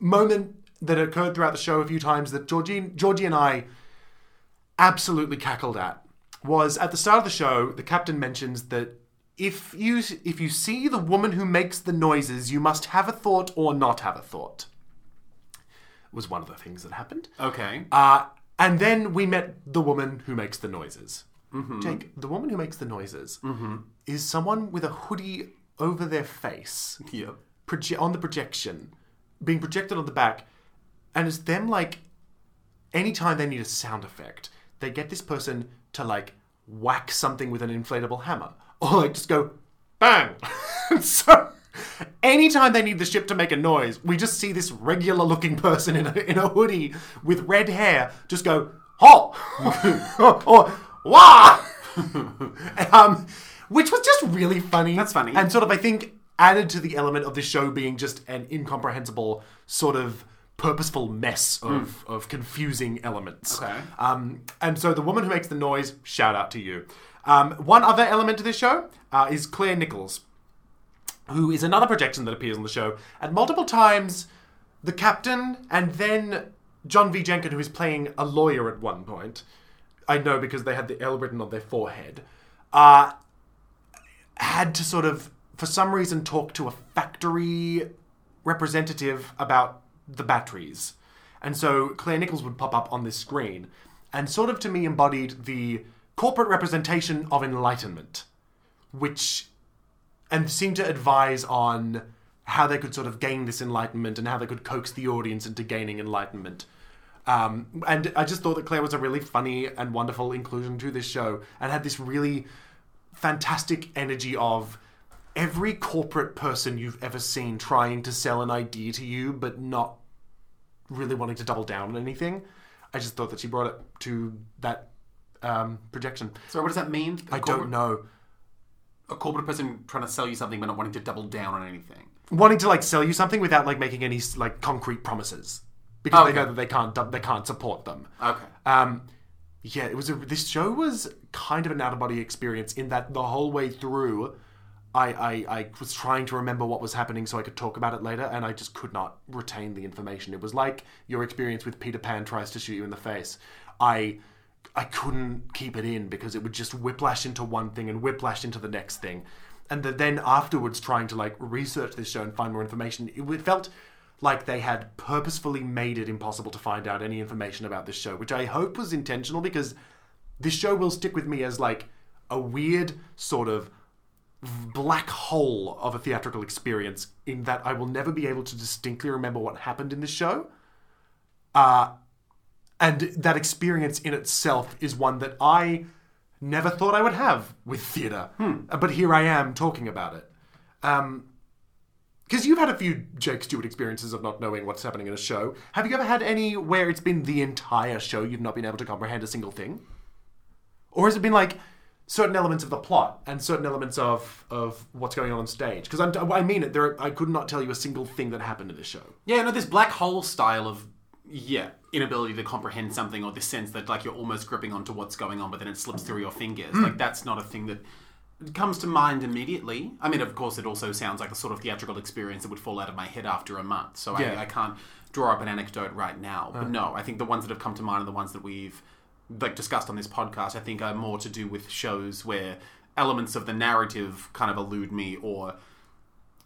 Speaker 1: moment that occurred throughout the show a few times that Georgie, Georgie and I absolutely cackled at was at the start of the show the captain mentions that if you if you see the woman who makes the noises you must have a thought or not have a thought was one of the things that happened
Speaker 2: Okay.
Speaker 1: uh, and then we met the woman who makes the noises jake the woman who makes the noises is someone with a hoodie over their face
Speaker 2: Yep.
Speaker 1: proje- on the projection, being projected on the back, and it's them like anytime they need a sound effect, they get this person to like whack something with an inflatable hammer or like just go bang. so anytime they need the ship to make a noise, we just see this regular looking person in a, in a hoodie with red hair just go ho or wah. um, which was just really funny.
Speaker 2: That's funny.
Speaker 1: And sort of, I think, added to the element of the show being just an incomprehensible sort of purposeful mess of, of confusing elements.
Speaker 2: Okay.
Speaker 1: Um, and so the woman who makes the noise, shout out to you. Um, one other element to this show uh, is Claire Nichols, who is another projection that appears on the show. And multiple times, the captain and then John V. Jenkin, who is playing a lawyer at one point, I know because they had the L written on their forehead, uh, had to sort of, for some reason, talk to a factory representative about the batteries. And so Claire Nichols would pop up on this screen and sort of to me embodied the corporate representation of enlightenment, which and seemed to advise on how they could sort of gain this enlightenment and how they could coax the audience into gaining enlightenment. Um, and I just thought that Claire was a really funny and wonderful inclusion to this show and had this really fantastic energy of every corporate person you've ever seen trying to sell an idea to you but not really wanting to double down on anything. I just thought that she brought it to that um, projection.
Speaker 2: So what does that mean?
Speaker 1: I don't know.
Speaker 2: A corporate person trying to sell you something but not wanting to double down on anything.
Speaker 1: Wanting to like sell you something without like making any like concrete promises because they know that they can't they can't support them.
Speaker 2: Okay.
Speaker 1: Um, yeah, it was a, this show was kind of an out of body experience in that the whole way through, I, I I was trying to remember what was happening so I could talk about it later, and I just could not retain the information. It was like your experience with Peter Pan tries to shoot you in the face. I I couldn't keep it in because it would just whiplash into one thing and whiplash into the next thing, and the, then afterwards trying to like research this show and find more information, it, it felt like they had purposefully made it impossible to find out any information about this show, which I hope was intentional because this show will stick with me as like a weird sort of black hole of a theatrical experience in that I will never be able to distinctly remember what happened in this show. Uh, and that experience in itself is one that I never thought I would have with theatre. Uh, But here I am talking about it. Um, because you've had a few Jake Stewart experiences of not knowing what's happening in a show. Have you ever had any where it's been the entire show you've not been able to comprehend a single thing? Or has it been like certain elements of the plot and certain elements of of what's going on on stage? Because I mean it, there I could not tell you a single thing that happened in this show.
Speaker 2: Yeah, no, this black hole style of yeah inability to comprehend something, or this sense that like you're almost gripping onto what's going on, but then it slips through your fingers. Like that's not a thing that comes to mind immediately. I mean, of course, it also sounds like the sort of theatrical experience that would fall out of my head after a month. So
Speaker 1: Yeah.
Speaker 2: I, I can't draw up an anecdote right now. But no, I think the ones that have come to mind are the ones that we've like discussed on this podcast. I think are more to do with shows where elements of the narrative kind of elude me or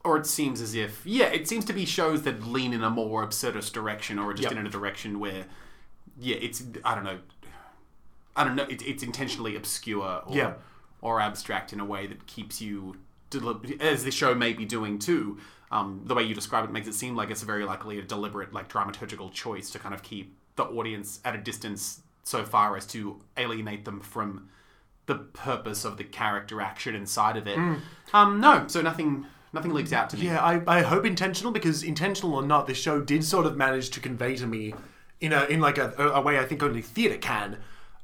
Speaker 2: or it seems as if yeah, it seems to be shows that lean in a more absurdist direction, or just
Speaker 1: Yep.
Speaker 2: in a direction where yeah, it's I don't know, I don't know, it, it's intentionally obscure or
Speaker 1: Yeah.
Speaker 2: or abstract in a way that keeps you deli- as this show may be doing too. Um, the way you describe it makes it seem like it's very likely a deliberate like dramaturgical choice to kind of keep the audience at a distance so far as to alienate them from the purpose of the character action inside of it. Um, no, so nothing nothing leaks out to me.
Speaker 1: Yeah, I, I hope intentional because intentional or not, this show did sort of manage to convey to me in a in like a, a way I think only theatre can.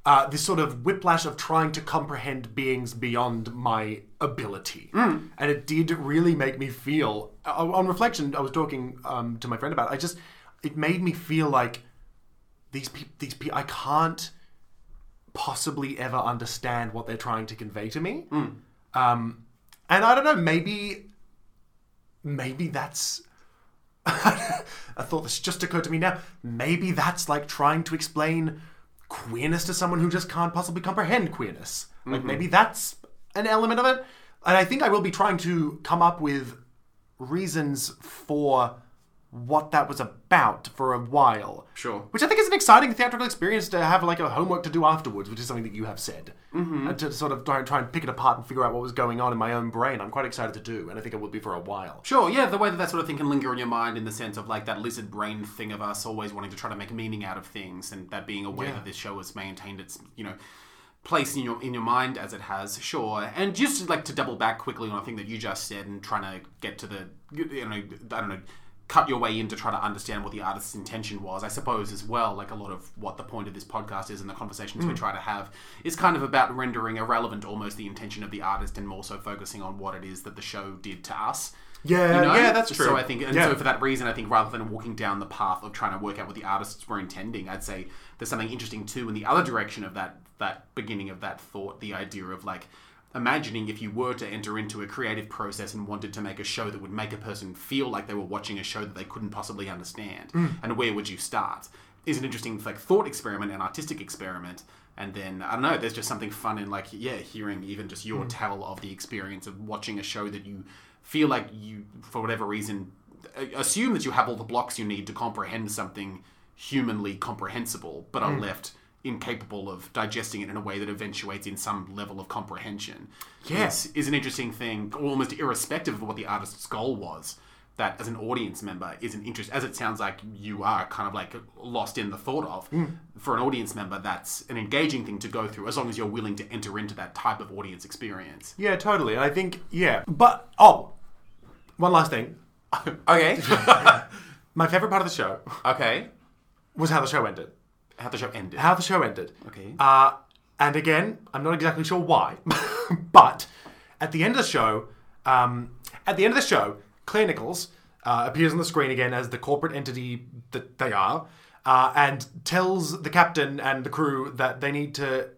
Speaker 1: Uh, this sort of whiplash of trying to comprehend beings beyond my ability, and it did really make me feel. o- On reflection, I was talking um, to my friend about. It, I just it made me feel like these people, these pe I can't possibly ever understand what they're trying to convey to me. Um, and I don't know, maybe maybe that's a thought that's just occurred to me now. Maybe that's like trying to explain queerness to someone who just can't possibly comprehend queerness. Like maybe that's an element of it. And I think I will be trying to come up with reasons for what that was about for a while.
Speaker 2: Sure.
Speaker 1: Which I think is an exciting theatrical experience to have like a homework to do afterwards, which is something that you have said. Mm-hmm. And to sort of try and, try and pick it apart and figure out what was going on in my own brain. I'm quite excited to do, and I think I will be for a while.
Speaker 2: Sure, yeah, the way that that sort of thing can linger in your mind in the sense of like that lizard brain thing of us always wanting to try to make meaning out of things and that being aware that this show has maintained its, you know, place in your in your mind as it has, sure. And just like to double back quickly on a thing that you just said and trying to get to the you know, I don't know, cut your way in to try to understand what the artist's intention was, I suppose as well, like a lot of what the point of this podcast is and the conversations we try to have is kind of about rendering irrelevant almost the intention of the artist and more so focusing on what it is that the show did to us.
Speaker 1: Yeah,
Speaker 2: You know?
Speaker 1: yeah, that's true.
Speaker 2: So I think, and
Speaker 1: Yeah.
Speaker 2: so for that reason, I think rather than walking down the path of trying to work out what the artists were intending, I'd say there's something interesting too in the other direction of that that beginning of that thought, the idea of like imagining if you were to enter into a creative process and wanted to make a show that would make a person feel like they were watching a show that they couldn't possibly understand, and where would you start? Is an interesting like thought experiment and artistic experiment. And then I don't know. There's just something fun in like yeah, hearing even just your tell of the experience of watching a show that you feel like you, for whatever reason, a- assume that you have all the blocks you need to comprehend something humanly comprehensible, but are left incapable of digesting it in a way that eventuates in some level of comprehension. Yes, is an interesting thing, almost irrespective of what the artist's goal was. That as an audience member is an interest, as it sounds like you are kind of like lost in the thought of.
Speaker 1: Hmm.
Speaker 2: For an audience member, that's an engaging thing to go through, as long as you're willing to enter into that type of audience experience.
Speaker 1: Yeah, totally. And I think, yeah. But, oh, one last thing.
Speaker 2: Okay.
Speaker 1: My favorite part of the show
Speaker 2: okay.
Speaker 1: was how the show ended.
Speaker 2: How the show ended.
Speaker 1: how the show ended.
Speaker 2: Okay.
Speaker 1: Uh, and again, I'm not exactly sure why, but at the end of the show, um, at the end of the show, Claire Nichols uh, appears on the screen again as the corporate entity that they are, uh, and tells the captain and the crew that they need to,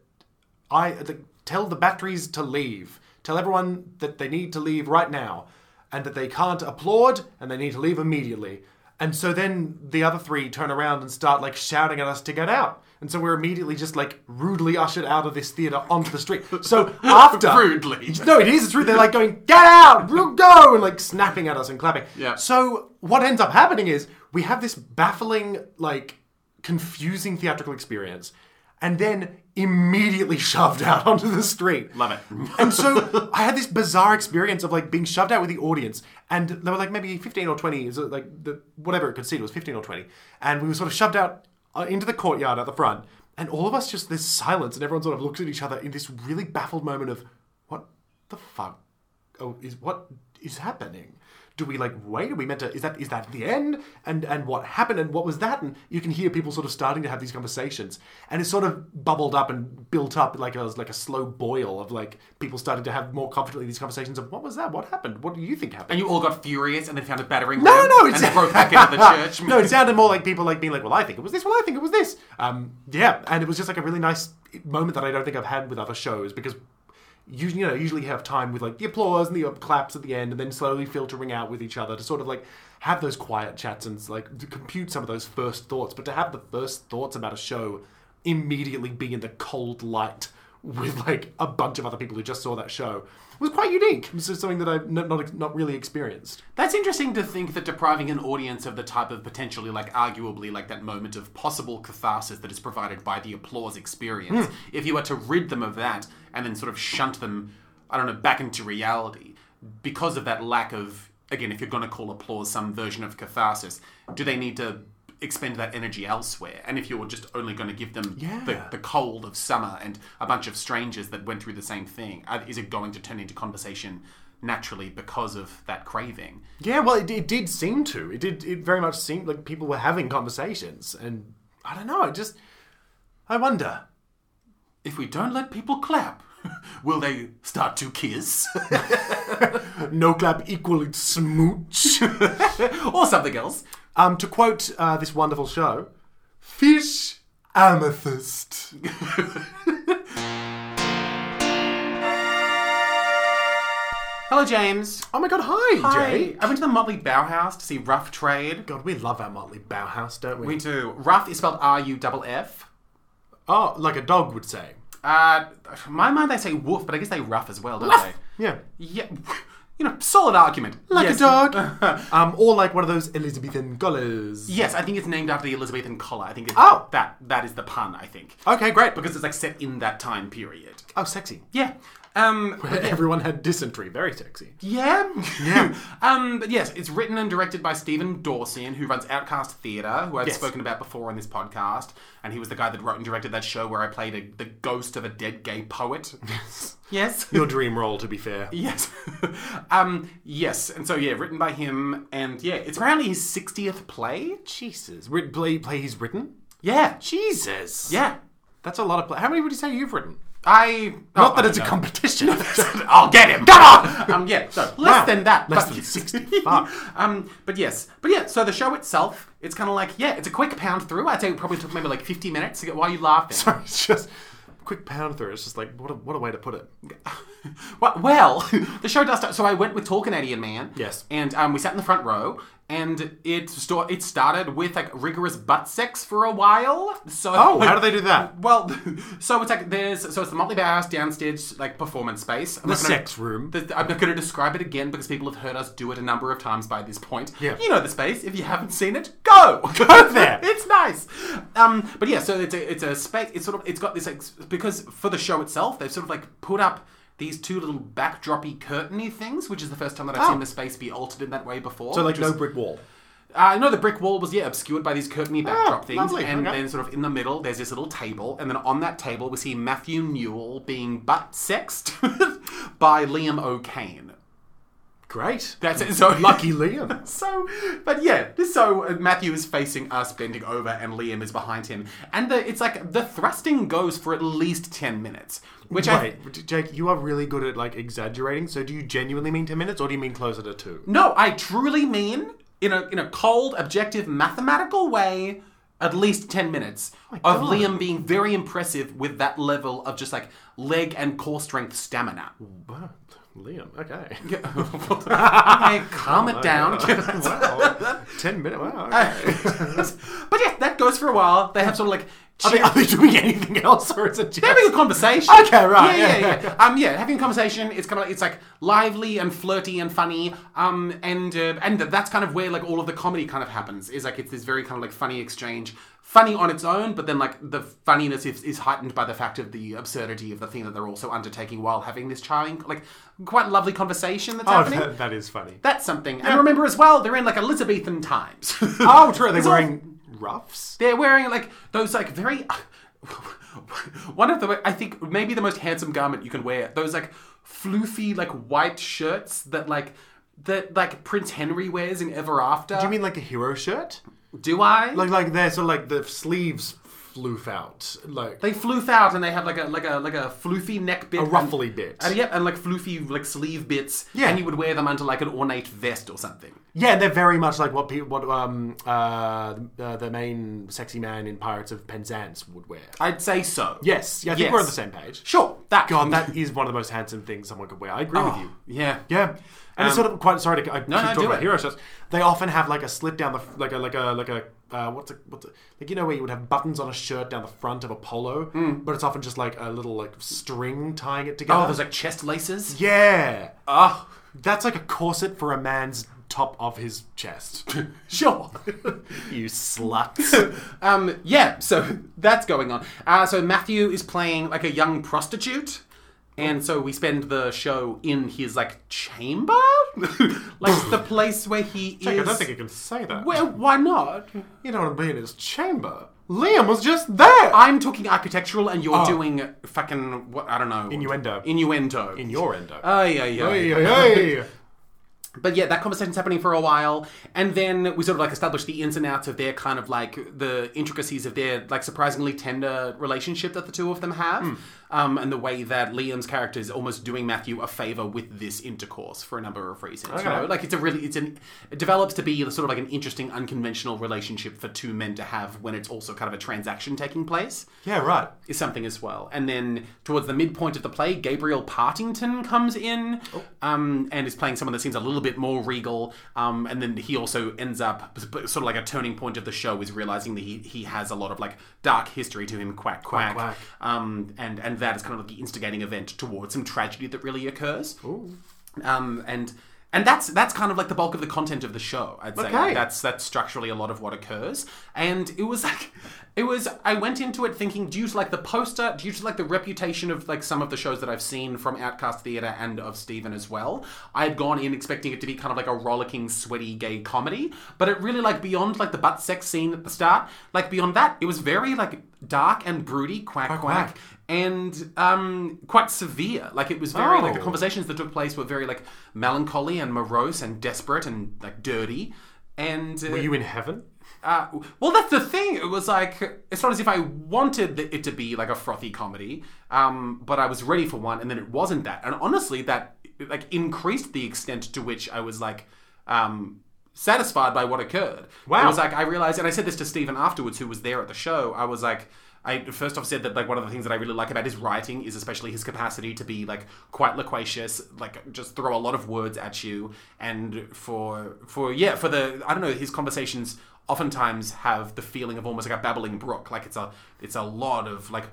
Speaker 1: I the, tell the batteries to leave. Tell everyone that they need to leave right now, and that they can't applaud, and they need to leave immediately. And so then the other three turn around and start like shouting at us to get out. And so we're immediately just like rudely ushered out of this theater onto the street. So after
Speaker 2: Rudely.
Speaker 1: no, it is. It's rude. They're like going, get out, we'll go, and like snapping at us and clapping.
Speaker 2: Yeah.
Speaker 1: So what ends up happening is we have this baffling, like, confusing theatrical experience, and then immediately shoved out onto the street.
Speaker 2: Love it.
Speaker 1: and so I had this bizarre experience of like being shoved out with the audience, and there were like maybe fifteen or twenty, is it, like the, whatever it could seat, it was fifteen or twenty, and we were sort of shoved out uh, into the courtyard at the front, and all of us just there's silence, and everyone sort of looks at each other in this really baffled moment of what the fuck, oh is what is happening. Do we like wait? Are we meant to? Is that is that the end? And and what happened? And what was that? And you can hear people sort of starting to have these conversations, and it's sort of bubbled up and built up like a like a slow boil of like people starting to have more confidently these conversations of what was that? What happened? What do you think happened?
Speaker 2: and you all got furious and then found a battering
Speaker 1: No,
Speaker 2: ram
Speaker 1: no, it's-
Speaker 2: and broke back into the church.
Speaker 1: no, it sounded more like people like being like, "Well, I think it was this. Well, I think it was this." Um, yeah, and it was just like a really nice moment that I don't think I've had with other shows because you you know usually you have time with like the applause and the claps at the end, and then slowly filtering out with each other to sort of like have those quiet chats and like to compute some of those first thoughts. But to have the first thoughts about a show immediately be in the cold light with like a bunch of other people who just saw that show was quite unique. It was just something that I've not not, not really experienced.
Speaker 2: That's interesting to think that depriving an audience of the type of potentially, like, arguably, like that moment of possible catharsis that is provided by the applause experience, if you were to rid them of that and then sort of shunt them, I don't know, back into reality because of that lack of, again, if you're going to call applause some version of catharsis, do they need to expend that energy elsewhere? And if you're just only going to give them the,
Speaker 1: Yeah.
Speaker 2: the cold of summer and a bunch of strangers that went through the same thing, uh, is it going to turn into conversation? Naturally, because of that craving,
Speaker 1: Yeah, well, it, it did seem to. It did. It very much seemed like people were having conversations, and I don't know. It just, I wonder.
Speaker 2: If we don't let people clap, will they start to kiss?
Speaker 1: No clap equal smooch.
Speaker 2: or something else.
Speaker 1: um, to quote uh, this wonderful show, fish amethyst.
Speaker 2: Hello, James.
Speaker 1: Oh my god! Hi, Jay.
Speaker 2: I went to the Motley Bauhaus to see Rough Trade.
Speaker 1: God, we love our Motley Bauhaus, don't we?
Speaker 2: We do. Rough is spelled R U F F.
Speaker 1: oh, like a dog would say.
Speaker 2: Uh, in my mind, they say woof, but I guess they rough as well, don't they?
Speaker 1: Yeah.
Speaker 2: Yeah. You know, solid argument.
Speaker 1: Like
Speaker 2: Yes.
Speaker 1: a dog. um, or like one of those Elizabethan collars.
Speaker 2: Yes, I think it's named after the Elizabethan collar. I think it's,
Speaker 1: Oh.
Speaker 2: that that is the pun. I think
Speaker 1: Okay, great.
Speaker 2: because it's like set in that time period.
Speaker 1: Oh, sexy.
Speaker 2: Yeah. Um,
Speaker 1: Everyone had dysentery. Very sexy.
Speaker 2: Yeah. Yeah. um, but yes, it's written and directed by Stephen Dawson, who runs Outcast Theatre, who I've spoken about before on this podcast. And he was the guy that wrote and directed that show where I played a, the ghost of a dead gay poet. yes.
Speaker 1: Your dream role, to be fair.
Speaker 2: Yes. um, yes. And so, yeah, written by him. And yeah, it's apparently his 60th play.
Speaker 1: Jesus. Written play, play he's written?
Speaker 2: Yeah.
Speaker 1: Jesus. Yeah.
Speaker 2: Yeah.
Speaker 1: That's a lot of play. How many would you say you've written?
Speaker 2: I. oh,
Speaker 1: Not that
Speaker 2: I
Speaker 1: it's a
Speaker 2: don't know.
Speaker 1: competition.
Speaker 2: I'll get him. Come on. Um, yeah, so less
Speaker 1: Wow.
Speaker 2: than that.
Speaker 1: Less
Speaker 2: but-
Speaker 1: than 60. Fuck.
Speaker 2: um, but yes, but yeah. So the show itself, it's kind of like yeah, it's a quick pound through. I'd say it probably took maybe like fifty minutes. To get, why are you laughing?
Speaker 1: Sorry, it's just quick pound through. It's just like, what a, what a way to put it.
Speaker 2: well, well, the show does start. So I went with Talking Canadian Man.
Speaker 1: Yes.
Speaker 2: And um, we sat in the front row, and it sto- it started with like rigorous butt sex for a while. So
Speaker 1: Oh, how do they do that?
Speaker 2: Well, so it's like there's so it's the Motley Bauhaus downstairs like performance space. I'm
Speaker 1: The
Speaker 2: not gonna-
Speaker 1: sex room.
Speaker 2: the- I'm not going to describe it again because people have heard us do it a number of times by this point.
Speaker 1: Yeah.
Speaker 2: You know the space. If you haven't seen it, go
Speaker 1: Go there.
Speaker 2: it's nice. Um, but yeah, so it's a, it's a space. It's sort of it's got this like, because for the show itself, they've sort of like put up these two little backdroppy curtainy things, which is the first time that I've seen the space be altered in that way before.
Speaker 1: Oh. So, like,
Speaker 2: which is-
Speaker 1: no brick wall.
Speaker 2: uh, no, the brick wall was yeah obscured by these curtainy backdrop things,
Speaker 1: Oh, lovely.
Speaker 2: and
Speaker 1: Okay.
Speaker 2: then sort of in the middle there's this little table, and then on that table we see Matthew Newell being butt sexed by Liam O'Kane.
Speaker 1: Great.
Speaker 2: That's it. So
Speaker 1: Lucky Liam.
Speaker 2: So, but yeah, this so uh, Matthew is facing us, bending over, and Liam is behind him, and the, it's like the thrusting goes for at least ten minutes, which I
Speaker 1: Wait, Jake, you are really good at like exaggerating. So do you genuinely mean ten minutes, or do you mean closer to two?
Speaker 2: no, I truly mean in a in a cold, objective, mathematical way, at least ten minutes of
Speaker 1: God.
Speaker 2: Liam being very impressive with that level of just like leg and core strength stamina.
Speaker 1: Wow, Liam. Okay.
Speaker 2: okay, calm it down.
Speaker 1: wow. Ten minutes. Wow. Okay.
Speaker 2: but yeah, that goes for a while. They have sort of like.
Speaker 1: Are they, are they doing anything else, or is it just?
Speaker 2: They're having a conversation.
Speaker 1: Okay, right,
Speaker 2: Yeah,
Speaker 1: yeah,
Speaker 2: yeah, yeah. um, yeah, having a conversation. It's kind of like, it's like lively and flirty and funny. Um, and uh, and that's kind of where like all of the comedy kind of happens. Is like it's this very kind of like funny exchange, funny on its own, but then like the funniness is, is heightened by the fact of the absurdity of the thing that they're also undertaking while having this charming, like quite lovely conversation that's
Speaker 1: Oh,
Speaker 2: happening.
Speaker 1: that, that is funny.
Speaker 2: That's something. And remember as well, they're in like Elizabethan times.
Speaker 1: Oh, true. Are they
Speaker 2: It's all-
Speaker 1: wearing ruffs?
Speaker 2: They're wearing like those like very one of the I think maybe the most handsome garment you can wear. Those like floofy like white shirts that like that like Prince Henry wears in Ever After. Do,
Speaker 1: You mean like a hero shirt?
Speaker 2: I?
Speaker 1: Like like they're sort of like the sleeves floof out, like
Speaker 2: they floof out and they have like a like a like a floofy neck bit,
Speaker 1: a
Speaker 2: and-
Speaker 1: ruffly bit.
Speaker 2: and yep, and like floofy like sleeve bits.
Speaker 1: Yeah.
Speaker 2: and you would wear them under like an ornate vest or something.
Speaker 1: Yeah, they're very much like what people, what um uh, uh the main sexy man in Pirates of Penzance would wear.
Speaker 2: I'd say so.
Speaker 1: Yes, yeah, I think
Speaker 2: Yes.
Speaker 1: we're on the same page.
Speaker 2: sure. That
Speaker 1: God, that is one of the most handsome things someone could wear. I agree
Speaker 2: Ah.
Speaker 1: with you.
Speaker 2: yeah.
Speaker 1: Yeah, and it's sort of quite sorry to I keep
Speaker 2: Um, no,
Speaker 1: talking
Speaker 2: do
Speaker 1: about
Speaker 2: it.
Speaker 1: hero shots. They often have like a slit down the f- like a like a like a uh, what's a what's a, like you know where you would have buttons on a shirt down the front of a polo, but it's often just like a little like string tying it together.
Speaker 2: Hmm. Oh, there's like chest laces.
Speaker 1: yeah,
Speaker 2: Ah,
Speaker 1: that's like a corset for a man's top of his chest.
Speaker 2: sure.
Speaker 1: you sluts.
Speaker 2: um, yeah, so that's going on. Uh, so Matthew is playing like a young prostitute, and so we spend the show in his like chamber, like the place where he
Speaker 1: I
Speaker 2: is.
Speaker 1: don't think you can say that.
Speaker 2: well, why not?
Speaker 1: you don't want to be in his chamber. Liam was just there.
Speaker 2: I'm talking architectural, and you're doing fucking what? I don't know.
Speaker 1: Oh. Innuendo.
Speaker 2: Innuendo.
Speaker 1: in your endo.
Speaker 2: Ay, ay, ay.
Speaker 1: Hey, hey, hey.
Speaker 2: But yeah, that conversation's happening for a while, and then we sort of like establish the ins and outs of their kind of like the intricacies of their like surprisingly tender relationship that the two of them have, um, and the way that Liam's character is almost doing Matthew a favor with this intercourse for a number of reasons. You
Speaker 1: Okay.
Speaker 2: know, like it's a really it's an it develops to be sort of like an interesting unconventional relationship for two men to have when it's also kind of a transaction taking place
Speaker 1: Yeah, right.
Speaker 2: is something as well. And then towards the midpoint of the play, Gabriel Partington comes in
Speaker 1: Oh.
Speaker 2: um, and is playing someone that seems a little bit more regal. Um, and then he also ends up sort of like a turning point of the show is realizing that he, he has a lot of like dark history to him, quack quack.
Speaker 1: quack.
Speaker 2: Um, and and that is kind of like the instigating event towards some tragedy that really occurs. Um, and and that's that's kind of like the bulk of the content of the show. I'd say Like,
Speaker 1: Okay.
Speaker 2: that's that's structurally a lot of what occurs. And it was like it was I went into it thinking due to like the poster, due to like the reputation of like some of the shows that I've seen from Outcast Theatre and of Steven as well, I had gone in expecting it to be kind of like a rollicking, sweaty gay comedy. But it really like beyond like the butt sex scene at the start, like beyond that, it was very like dark and broody, quack quack.
Speaker 1: quack.
Speaker 2: And um, quite severe. Like it was very like the
Speaker 1: Oh.
Speaker 2: conversations that took place were very like melancholy and morose and desperate and like dirty and uh,
Speaker 1: Were you in heaven?
Speaker 2: uh, well that's the thing it was like it's not as if i wanted it to be like a frothy comedy um, but i was ready for one and then it wasn't that and honestly that like increased the extent to which i was like um, satisfied by what occurred
Speaker 1: Wow.
Speaker 2: It was like I realized, and I said this to Stephen afterwards, who was there at the show. I was like, I first off said that like one of the things that I really like about his writing is especially his capacity to be like quite loquacious, like just throw a lot of words at you, and for for yeah for the I don't know his conversations oftentimes have the feeling of almost like a babbling brook, like it's a it's a lot of like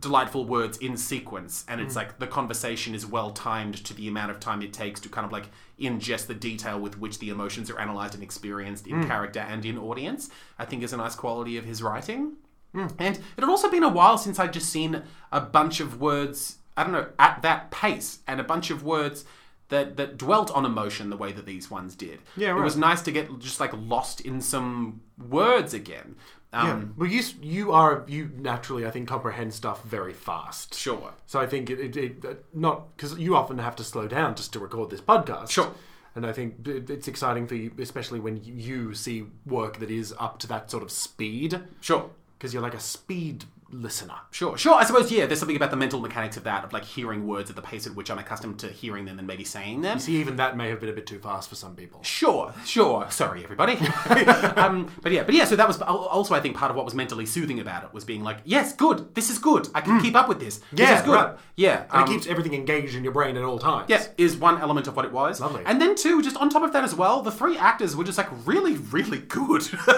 Speaker 2: delightful words in sequence and
Speaker 1: Hmm.
Speaker 2: it's like the conversation is well timed to the amount of time it takes to kind of like ingest the detail with which the emotions are analyzed and experienced in
Speaker 1: Hmm.
Speaker 2: character and in audience i think is a nice quality of his writing
Speaker 1: Hmm.
Speaker 2: and it had also been a while since i'd just seen a bunch of words i don't know at that pace and a bunch of words that, that dwelt on emotion the way that these ones did.
Speaker 1: Yeah,
Speaker 2: It
Speaker 1: right.
Speaker 2: was nice to get just like lost in some words again. Um,
Speaker 1: yeah. Well, you s- you are you naturally I think comprehend stuff very fast.
Speaker 2: Sure.
Speaker 1: uh, So I think it, it, it not because you often have to slow down just to record this podcast.
Speaker 2: Sure.
Speaker 1: And I think it- it's exciting for you, especially when you- you see work that is up to that sort of speed,
Speaker 2: Sure.
Speaker 1: because you're like a speed listener.
Speaker 2: Sure, sure. I suppose yeah. There's something about the mental mechanics of that, of like hearing words at the pace at which I'm accustomed to hearing them and maybe saying them.
Speaker 1: See, even that may have been a bit too fast for some people.
Speaker 2: Sure, sure. Sorry, everybody. um, but yeah, but yeah. So that was al- also, I think, part of what was mentally soothing about it was being like, yes, good. This is good. I can keep up with this.
Speaker 1: Mm. Yeah,
Speaker 2: this is good.
Speaker 1: right.
Speaker 2: Yeah.
Speaker 1: And
Speaker 2: um,
Speaker 1: it keeps everything engaged in your brain at all times.
Speaker 2: yeah, is one element of what it was.
Speaker 1: Lovely.
Speaker 2: And then two, just on top of that as well, the three actors were just like really, really good.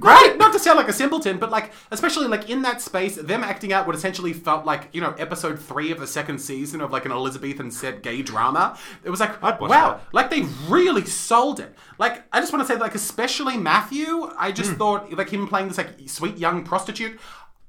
Speaker 2: Great. Not to sound like a simpleton, but like especially like in that space, them acting out what essentially felt like you know episode three of the second season of like an Elizabethan set gay drama. It was like
Speaker 1: I'd watch
Speaker 2: wow,
Speaker 1: that.
Speaker 2: like they really sold it. Like I just want to say like especially Matthew, I
Speaker 1: Hmm.
Speaker 2: just thought like him playing this like sweet young prostitute.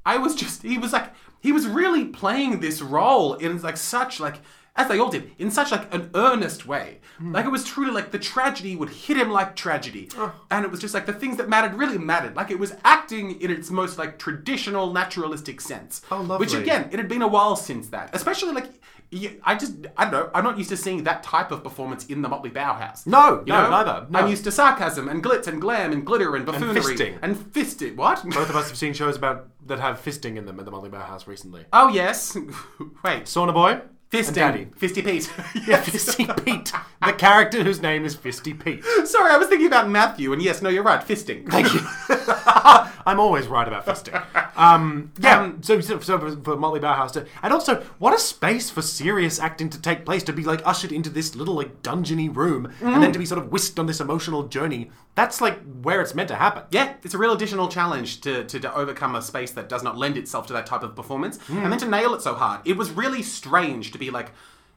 Speaker 2: I was just he was like he was really playing this role in like such like as they all did in such like an earnest way.
Speaker 1: Hmm.
Speaker 2: Like it was truly like the tragedy would hit him like tragedy, and it was just like the things that mattered really mattered. Like it was acting in its most like traditional naturalistic sense.
Speaker 1: Oh,
Speaker 2: Which
Speaker 1: lovely.
Speaker 2: again, it had been a while since that, especially like. y- I just, I don't know. I'm not used to seeing that type of performance in the Motley Bauhaus.
Speaker 1: No, no, neither, no.
Speaker 2: I'm used to sarcasm and glitz and glam and glitter and buffoonery
Speaker 1: fisting.
Speaker 2: and fisting. What?
Speaker 1: Both of us have seen shows about that have fisting in them at the Motley House recently.
Speaker 2: Oh yes. Wait.
Speaker 1: Sauna Boy,
Speaker 2: Fisting.
Speaker 1: and Daddy.
Speaker 2: Fisty Pete.
Speaker 1: Yeah,
Speaker 2: yes.
Speaker 1: Fisty Pete, the character whose name is Fisty Pete.
Speaker 2: Sorry, I was thinking about Matthew, and yes, no, you're right. Fisting.
Speaker 1: Thank you. I'm always right about fisting. Um, yeah. so, so, so for, for Motley Bauhaus to, and also, what a space for serious acting to take place to be like ushered into this little like dungeony room, and then to be sort of whisked on this emotional journey. That's like where it's meant to happen.
Speaker 2: Yeah, it's a real additional challenge to, to, to overcome a space that does not lend itself to that type of performance, and then to nail it so hard. It was really strange to be like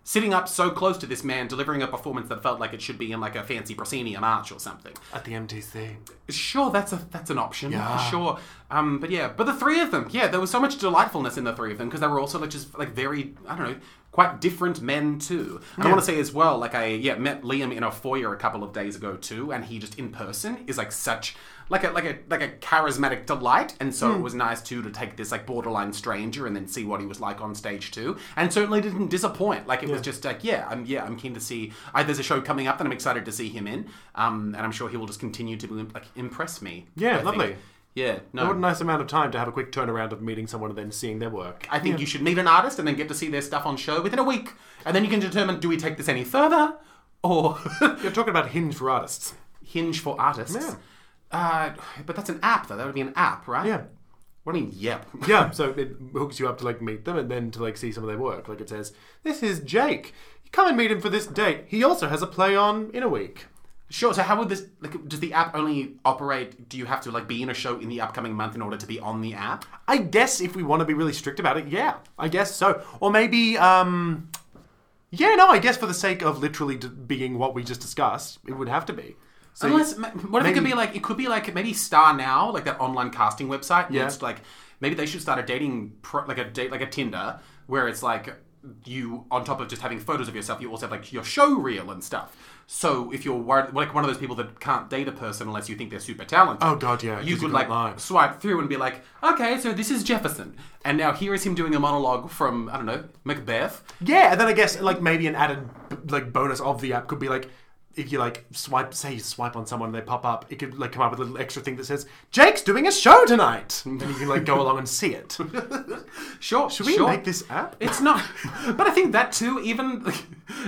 Speaker 2: sitting up so close to this man delivering a performance that felt like it should be in like a fancy proscenium arch or something.
Speaker 1: At the MTC.
Speaker 2: Sure, that's a that's an option
Speaker 1: Yeah.
Speaker 2: for sure. Um, but yeah, but the three of them, yeah, there was so much delightfulness in the three of them because they were also like just like very I don't know quite different men too. And I want to say as well, like I yeah met Liam in a foyer a couple of days ago too, and he just in person is like such like a like a like a charismatic delight, and
Speaker 1: Hmm.
Speaker 2: so it was nice too to take this like borderline stranger and then see what he was like on stage too, and certainly didn't disappoint. Like it was just like yeah, I'm yeah I'm keen to see. I, there's a show coming up that I'm excited to see him in, um, and I'm sure he will just continue to like impress me.
Speaker 1: Yeah,
Speaker 2: I think.
Speaker 1: lovely.
Speaker 2: Yeah, no.
Speaker 1: What a nice amount of time to have a quick turnaround of meeting someone and then seeing their work.
Speaker 2: I think you should meet an artist and then get to see their stuff on show within a week. And then you can determine do we take this any further or
Speaker 1: You're talking about Hinge for artists.
Speaker 2: hinge for artists.
Speaker 1: Yeah.
Speaker 2: Uh, but that's an app, though. That would be an app, right?
Speaker 1: Yeah.
Speaker 2: What do you mean, yep?
Speaker 1: Yeah, so it hooks you up to like meet them and then to like see some of their work. Like it says, "This is Jake. Come and meet him for this date. He also has a play on in a week."
Speaker 2: Sure, so how would this, like, does the app only operate, do you have to, like, be in a show in the upcoming month in order to be on the app?
Speaker 1: I guess if we want to be really strict about it, yeah, I guess so. Or maybe, um, yeah, no, I guess for the sake of literally d- being what we just discussed, it would have to be. So
Speaker 2: Unless, ma- what if it could be like, it could be like maybe Star Now, like that online casting website. Yeah.
Speaker 1: Yeah.
Speaker 2: It's like, maybe they should start a dating, pro, like a date, like a Tinder, where it's like you, on top of just having photos of yourself, you also have like your show reel and stuff. So if you're worried, like one of those people that can't date a person unless you think they're super talented.
Speaker 1: Oh, God, yeah, 'cause
Speaker 2: You
Speaker 1: you
Speaker 2: could
Speaker 1: couldn't
Speaker 2: like
Speaker 1: lie.
Speaker 2: swipe through and be like, okay, so this is Jefferson, and now here is him doing a monologue from I don't know Macbeth.
Speaker 1: yeah, and then I guess like maybe an added like bonus of the app could be like. If you like swipe, say you swipe on someone and they pop up, it could like come up with a little extra thing that says, Jake's doing a show tonight! And you can like go along and see it.
Speaker 2: Sure,
Speaker 1: Should we
Speaker 2: sure.
Speaker 1: make this app?
Speaker 2: It's not, but I think that too. Even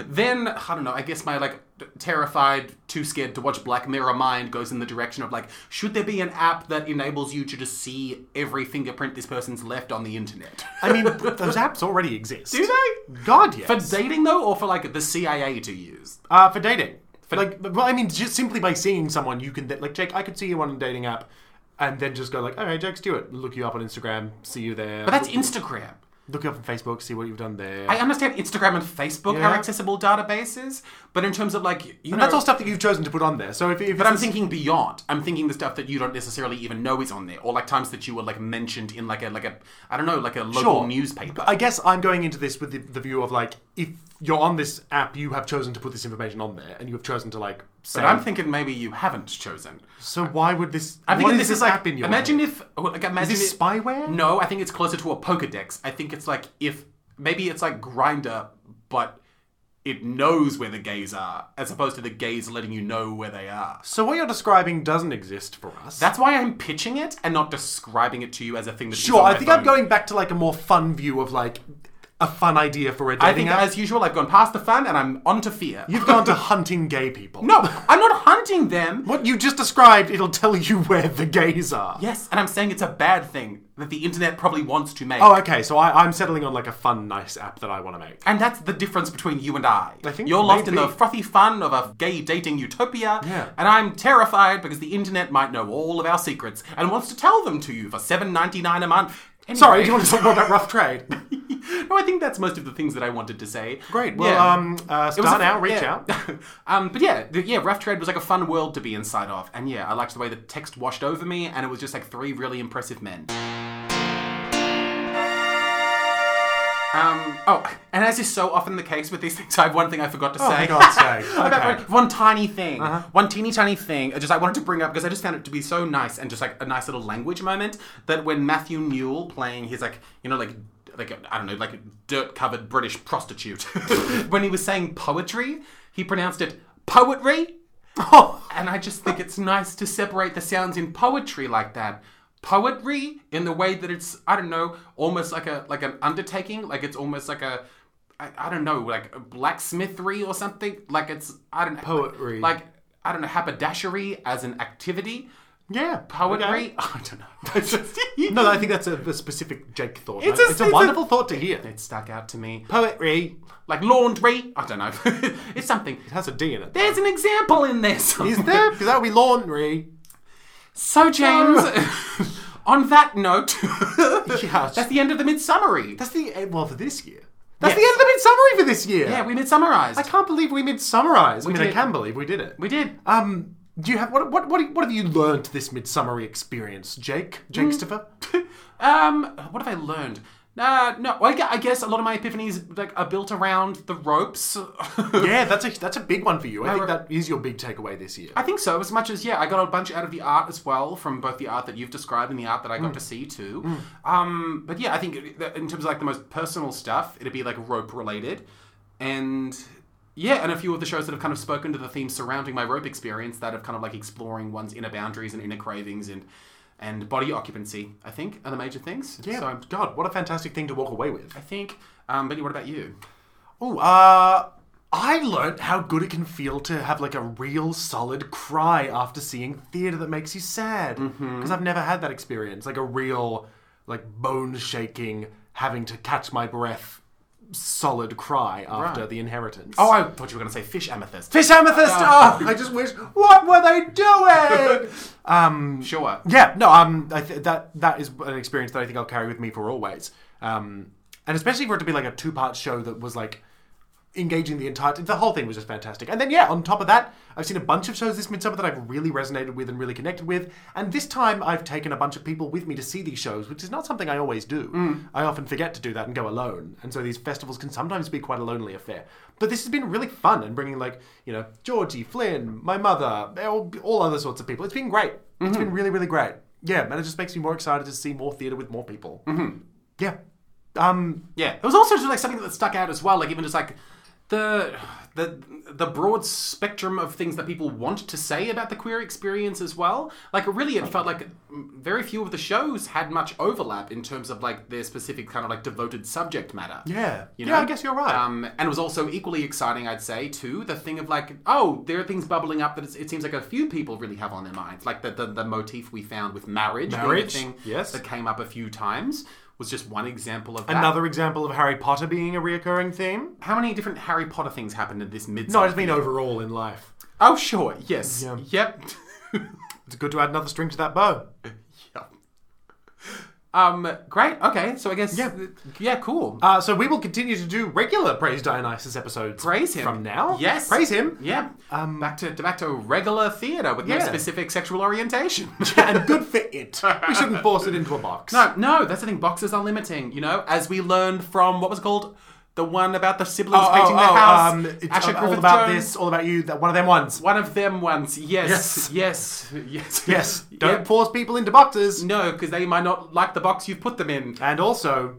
Speaker 2: then, I don't know. I guess my like terrified, too scared to watch Black Mirror mind goes in the direction of like, should there be an app that enables you to just see every fingerprint this person's left on the internet?
Speaker 1: I mean, those apps already exist.
Speaker 2: Do they?
Speaker 1: God, yes.
Speaker 2: For dating though, or for like the CIA to use?
Speaker 1: Uh, for dating. For like, well, I mean, just simply by seeing someone, you can like Jake. I could see you on a dating app, and then just go like, okay, Jake Stewart, look you up on Instagram, see you there.
Speaker 2: But that's
Speaker 1: look,
Speaker 2: Instagram.
Speaker 1: look you up on Facebook, see what you've done there.
Speaker 2: I understand Instagram and Facebook are
Speaker 1: Yeah.
Speaker 2: accessible databases, but in terms of like, you know,
Speaker 1: and that's all stuff that you've chosen to put on there. So if, if
Speaker 2: But
Speaker 1: it's
Speaker 2: I'm thinking beyond. I'm thinking the stuff that you don't necessarily even know is on there, or like times that you were like mentioned in like a like a I don't know like a local
Speaker 1: Sure.
Speaker 2: newspaper.
Speaker 1: I guess I'm going into this with the, the view of like, if you're on this app, you have chosen to put this information on there, and you have chosen to like. Say,
Speaker 2: But I'm thinking maybe you haven't chosen.
Speaker 1: so why would this?
Speaker 2: I'm
Speaker 1: what
Speaker 2: thinking this is like
Speaker 1: app in your
Speaker 2: imagine if well, like imagine
Speaker 1: this
Speaker 2: it-
Speaker 1: spyware?
Speaker 2: No, I think it's closer to a Pokédex. I think it's like if maybe it's like Grinder, but it knows where the gays are, as opposed to the gays letting you know where they are.
Speaker 1: So what you're describing doesn't exist for us.
Speaker 2: That's why I'm pitching it and not describing it to you as a thing that
Speaker 1: sure, I think I'm going back to like a more fun view of like a fun idea for a dating
Speaker 2: I think,
Speaker 1: app.
Speaker 2: as usual, I've gone past the fun and I'm on to fear.
Speaker 1: You've gone to hunting gay people.
Speaker 2: no, I'm not hunting them.
Speaker 1: What you just described, it'll tell you where the gays are.
Speaker 2: Yes, and I'm saying it's a bad thing that the internet probably wants to make.
Speaker 1: Oh, okay. So I, I'm settling on like a fun, nice app that I want to make.
Speaker 2: And that's the difference between you and I.
Speaker 1: I think
Speaker 2: You're lost in
Speaker 1: maybe-
Speaker 2: the frothy fun of a gay dating utopia,
Speaker 1: Yeah.
Speaker 2: and I'm terrified because the internet might know all of our secrets and wants to tell them to you for seven ninety nine a month. Anyway,
Speaker 1: Sorry, do you want to talk more about rough trade?
Speaker 2: no, I think that's most of the things that I wanted to say.
Speaker 1: Great. Well,
Speaker 2: Yeah.
Speaker 1: um, uh,
Speaker 2: It was a
Speaker 1: start
Speaker 2: fun-
Speaker 1: out, reach
Speaker 2: yeah.
Speaker 1: out.
Speaker 2: um, but yeah, the, yeah, Rough Trade was like a fun world to be inside of, and yeah, I liked the way the text washed over me, and it was just like three really impressive men. Um, oh, and as is so often the case with these things, I have one thing I forgot to
Speaker 1: Oh, for
Speaker 2: say.
Speaker 1: God's sake.
Speaker 2: I've got
Speaker 1: Okay. Uh-huh.
Speaker 2: one- one tiny thing, one teeny tiny thing. I Just I wanted to bring up because I just found it to be so nice and just like a nice little language moment that when Matthew Newell playing his like you know like like I don't know like dirt covered British prostitute when he was saying poetry, he pronounced it poetry, and I just think it's nice to separate the sounds in poetry like that. Poetry in the way that it's I don't know almost like a like an undertaking like it's almost like a I, I don't know like a blacksmithery or something like it's I don't know
Speaker 1: Poetry.
Speaker 2: like I don't know haberdashery as an activity
Speaker 1: Yeah,
Speaker 2: poetry
Speaker 1: okay.
Speaker 2: I don't know That's just-
Speaker 1: No, I think that's a, a specific Jake thought. It's
Speaker 2: a-
Speaker 1: a,
Speaker 2: it's a-
Speaker 1: wonderful thought to hear.
Speaker 2: it stuck out to me
Speaker 1: Poetry
Speaker 2: like laundry I don't know it's something
Speaker 1: it has a D in it.
Speaker 2: there's an example in there somewhere.
Speaker 1: Is there? Because that would be laundry.
Speaker 2: so James on that note
Speaker 1: Yes.
Speaker 2: that's the end of the midsummery
Speaker 1: That's the eh, well for this year. That's
Speaker 2: Yes.
Speaker 1: the end of the midsummery for this year.
Speaker 2: yeah we midsummarized
Speaker 1: I can't believe we midsummarized. I mean, I
Speaker 2: did.
Speaker 1: can believe we did it.
Speaker 2: we did
Speaker 1: Um, do you have what what what, what have you learned this midsummery experience, Jake? Jakestopher?
Speaker 2: Um, what have I learned? Uh, no, I gue- I guess a lot of my epiphanies like are built around the ropes.
Speaker 1: yeah, that's a that's a big one for you. I think
Speaker 2: right.
Speaker 1: that is your big takeaway this year.
Speaker 2: I think so. As much as yeah, I got a bunch out of the art as well from both the art that you've described and the art that I got to see too. Um, but yeah, I think it- that in terms of like the most personal stuff, it'd be like rope related, and yeah, and a few of the shows that have kind of spoken to the themes surrounding my rope experience that of kind of like exploring one's inner boundaries and inner cravings and and body occupancy. I think are the major things.
Speaker 1: yeah,
Speaker 2: So I'm-
Speaker 1: God, what a fantastic thing to walk away with.
Speaker 2: I think. Um, but what about you?
Speaker 1: Oh, uh, I learnt how good it can feel to have like a real solid cry after seeing theatre that makes you sad. Because I've never had that experience, like a real, like bone shaking, having to catch my breath, solid cry after The Inheritance.
Speaker 2: Oh, I thought you were going to say fish amethyst.
Speaker 1: Fish amethyst! Oh, I just wish. What were they doing? um,
Speaker 2: Sure.
Speaker 1: yeah, no, um, I th- that that is an experience that I think I'll carry with me for always. Um, and especially for it to be like a two part show that was like engaging the entire the whole thing was just fantastic. And then yeah, on top of that, I've seen a bunch of shows this midsummer that I've really resonated with and really connected with. And this time I've taken a bunch of people with me to see these shows, which is not something I always do. I often forget to do that and go alone. And so these festivals can sometimes be quite a lonely affair. But this has been really fun and bringing like, you know, Georgie, Flynn, my mother, all, all other sorts of people. It's been great. It's
Speaker 2: Mm-hmm.
Speaker 1: been really, really great. Yeah, and it just makes me more excited to see more theatre with more people.
Speaker 2: Mm-hmm.
Speaker 1: Yeah. Um,
Speaker 2: Yeah. It was also just like something that stuck out as well, like even just like the the the broad spectrum of things that people want to say about the queer experience as well. Like really it felt like very few of the shows had much overlap in terms of like their specific kind of like devoted subject matter.
Speaker 1: yeah.
Speaker 2: You
Speaker 1: yeah,
Speaker 2: know?
Speaker 1: I guess you're right.
Speaker 2: Um, and it was also equally exciting, I'd say, too, the thing of like, oh, there are things bubbling up that it's, it seems like a few people really have on their minds. Like the, the, the motif we found with marriage, being a
Speaker 1: Marriage,
Speaker 2: thing
Speaker 1: yes.
Speaker 2: that came up a few times, was just one example of that.
Speaker 1: Another example of Harry Potter being a reoccurring theme.
Speaker 2: How many different Harry Potter things happened in this
Speaker 1: No, I
Speaker 2: midsummer?
Speaker 1: just mean overall in life.
Speaker 2: oh, sure, yes.
Speaker 1: Yeah.
Speaker 2: Yep.
Speaker 1: It's good to add another string to that bow.
Speaker 2: yep. Um, great, okay, so I guess, yeah, yeah cool.
Speaker 1: Uh, so we will continue to do regular Praise Dionysus episodes.
Speaker 2: Praise him.
Speaker 1: From now?
Speaker 2: Yes.
Speaker 1: Praise him.
Speaker 2: yeah, um, back to back to regular theatre with no
Speaker 1: Yeah.
Speaker 2: specific sexual orientation.
Speaker 1: and good for it. We shouldn't force it into a box.
Speaker 2: No, no, that's the thing. Boxes are limiting, you know, as we learned from what was it called the one about the siblings
Speaker 1: Oh,
Speaker 2: painting
Speaker 1: oh,
Speaker 2: the
Speaker 1: oh,
Speaker 2: house.
Speaker 1: um, it's
Speaker 2: Asher
Speaker 1: all
Speaker 2: Griffith
Speaker 1: about
Speaker 2: Jones.
Speaker 1: this, all about you, that one of them ones.
Speaker 2: One of them once. Yes, yes, yes,
Speaker 1: Yes.
Speaker 2: Yeah.
Speaker 1: Don't force people into boxes.
Speaker 2: No, because they might not like the box you've put them in.
Speaker 1: And also,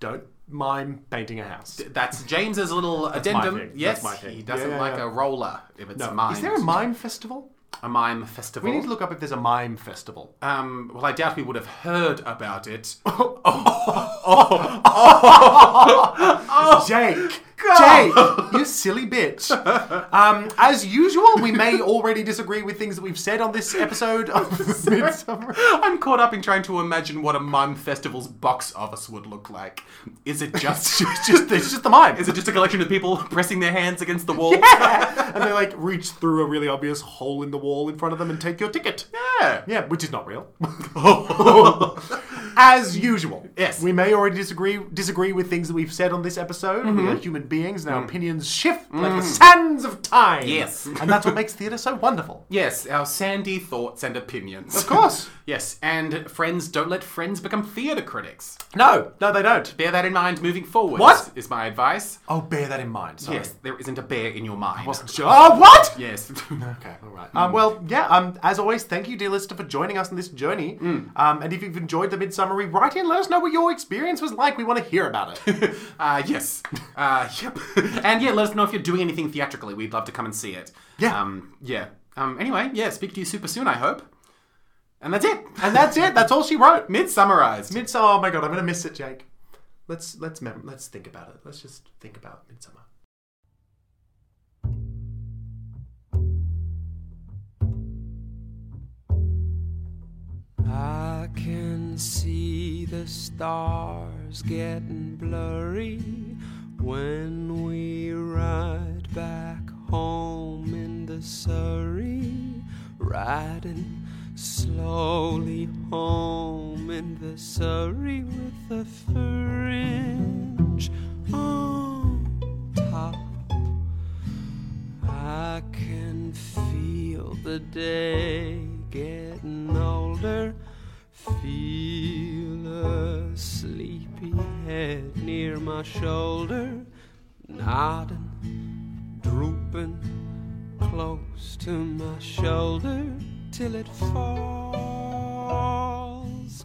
Speaker 1: don't mime painting a house.
Speaker 2: That's James's little addendum.
Speaker 1: my thing. That's
Speaker 2: Yes,
Speaker 1: my thing.
Speaker 2: he doesn't
Speaker 1: Yeah, yeah,
Speaker 2: like
Speaker 1: yeah.
Speaker 2: a roller if it's
Speaker 1: No.
Speaker 2: mime.
Speaker 1: Is there a mime festival?
Speaker 2: a mime festival?
Speaker 1: We need to look up if there's a mime festival.
Speaker 2: um, well, I doubt we would have heard about it. Oh,
Speaker 1: Jake! Jake! You silly bitch. Um, as usual, we may already disagree with things that we've said on this episode of Midsummer.
Speaker 2: I'm caught up in trying to imagine what a mime festival's box office would look like. Is it just
Speaker 1: It's just, it's just the mime.
Speaker 2: is it just a collection of people pressing their hands against the wall?
Speaker 1: and they like reach through a really obvious hole in the wall in front of them and take your ticket.
Speaker 2: Yeah.
Speaker 1: Yeah, which is not real. As usual.
Speaker 2: Yes.
Speaker 1: We may already disagree disagree with things that we've said on this episode. We are human beings and our opinions shift like the sands of time.
Speaker 2: Yes.
Speaker 1: and that's what makes theatre so wonderful.
Speaker 2: Yes, our sandy thoughts and opinions. Of
Speaker 1: course.
Speaker 2: yes, and friends don't let friends become theatre critics.
Speaker 1: No, no, they don't.
Speaker 2: Bear that in mind moving forward.
Speaker 1: What?
Speaker 2: is my advice?
Speaker 1: Oh, bear that in mind. Sorry.
Speaker 2: Yes, there isn't a bear in your mind.
Speaker 1: Wasn't sure. Oh, what?
Speaker 2: Yes.
Speaker 1: Okay, all right. Um, well, yeah. Um, as always, thank you, dear listener, for joining us on this journey. Um, and if you've enjoyed the midsummery, write in. Let us know what your experience was like. We want to hear about it.
Speaker 2: Uh, yes. Uh, yep. and yeah, let us know if you're doing anything theatrically. We'd love to come and see it.
Speaker 1: Yeah.
Speaker 2: Um, yeah. Um, anyway, yeah, speak to you super soon, I hope. And that's it.
Speaker 1: and that's it. That's all she wrote.
Speaker 2: Midsummarized.
Speaker 1: Midsummer. Oh my god, I'm gonna miss it, Jake. Let's let's mem- let's think about it. Let's just think about midsummer.
Speaker 3: I can see the stars getting blurry when we ride back home in the Surrey, riding slowly home in the Surrey with the fringe on top. I can feel the day getting older. Feel a sleepy head near my shoulder, nodding, drooping close to my shoulder till it falls.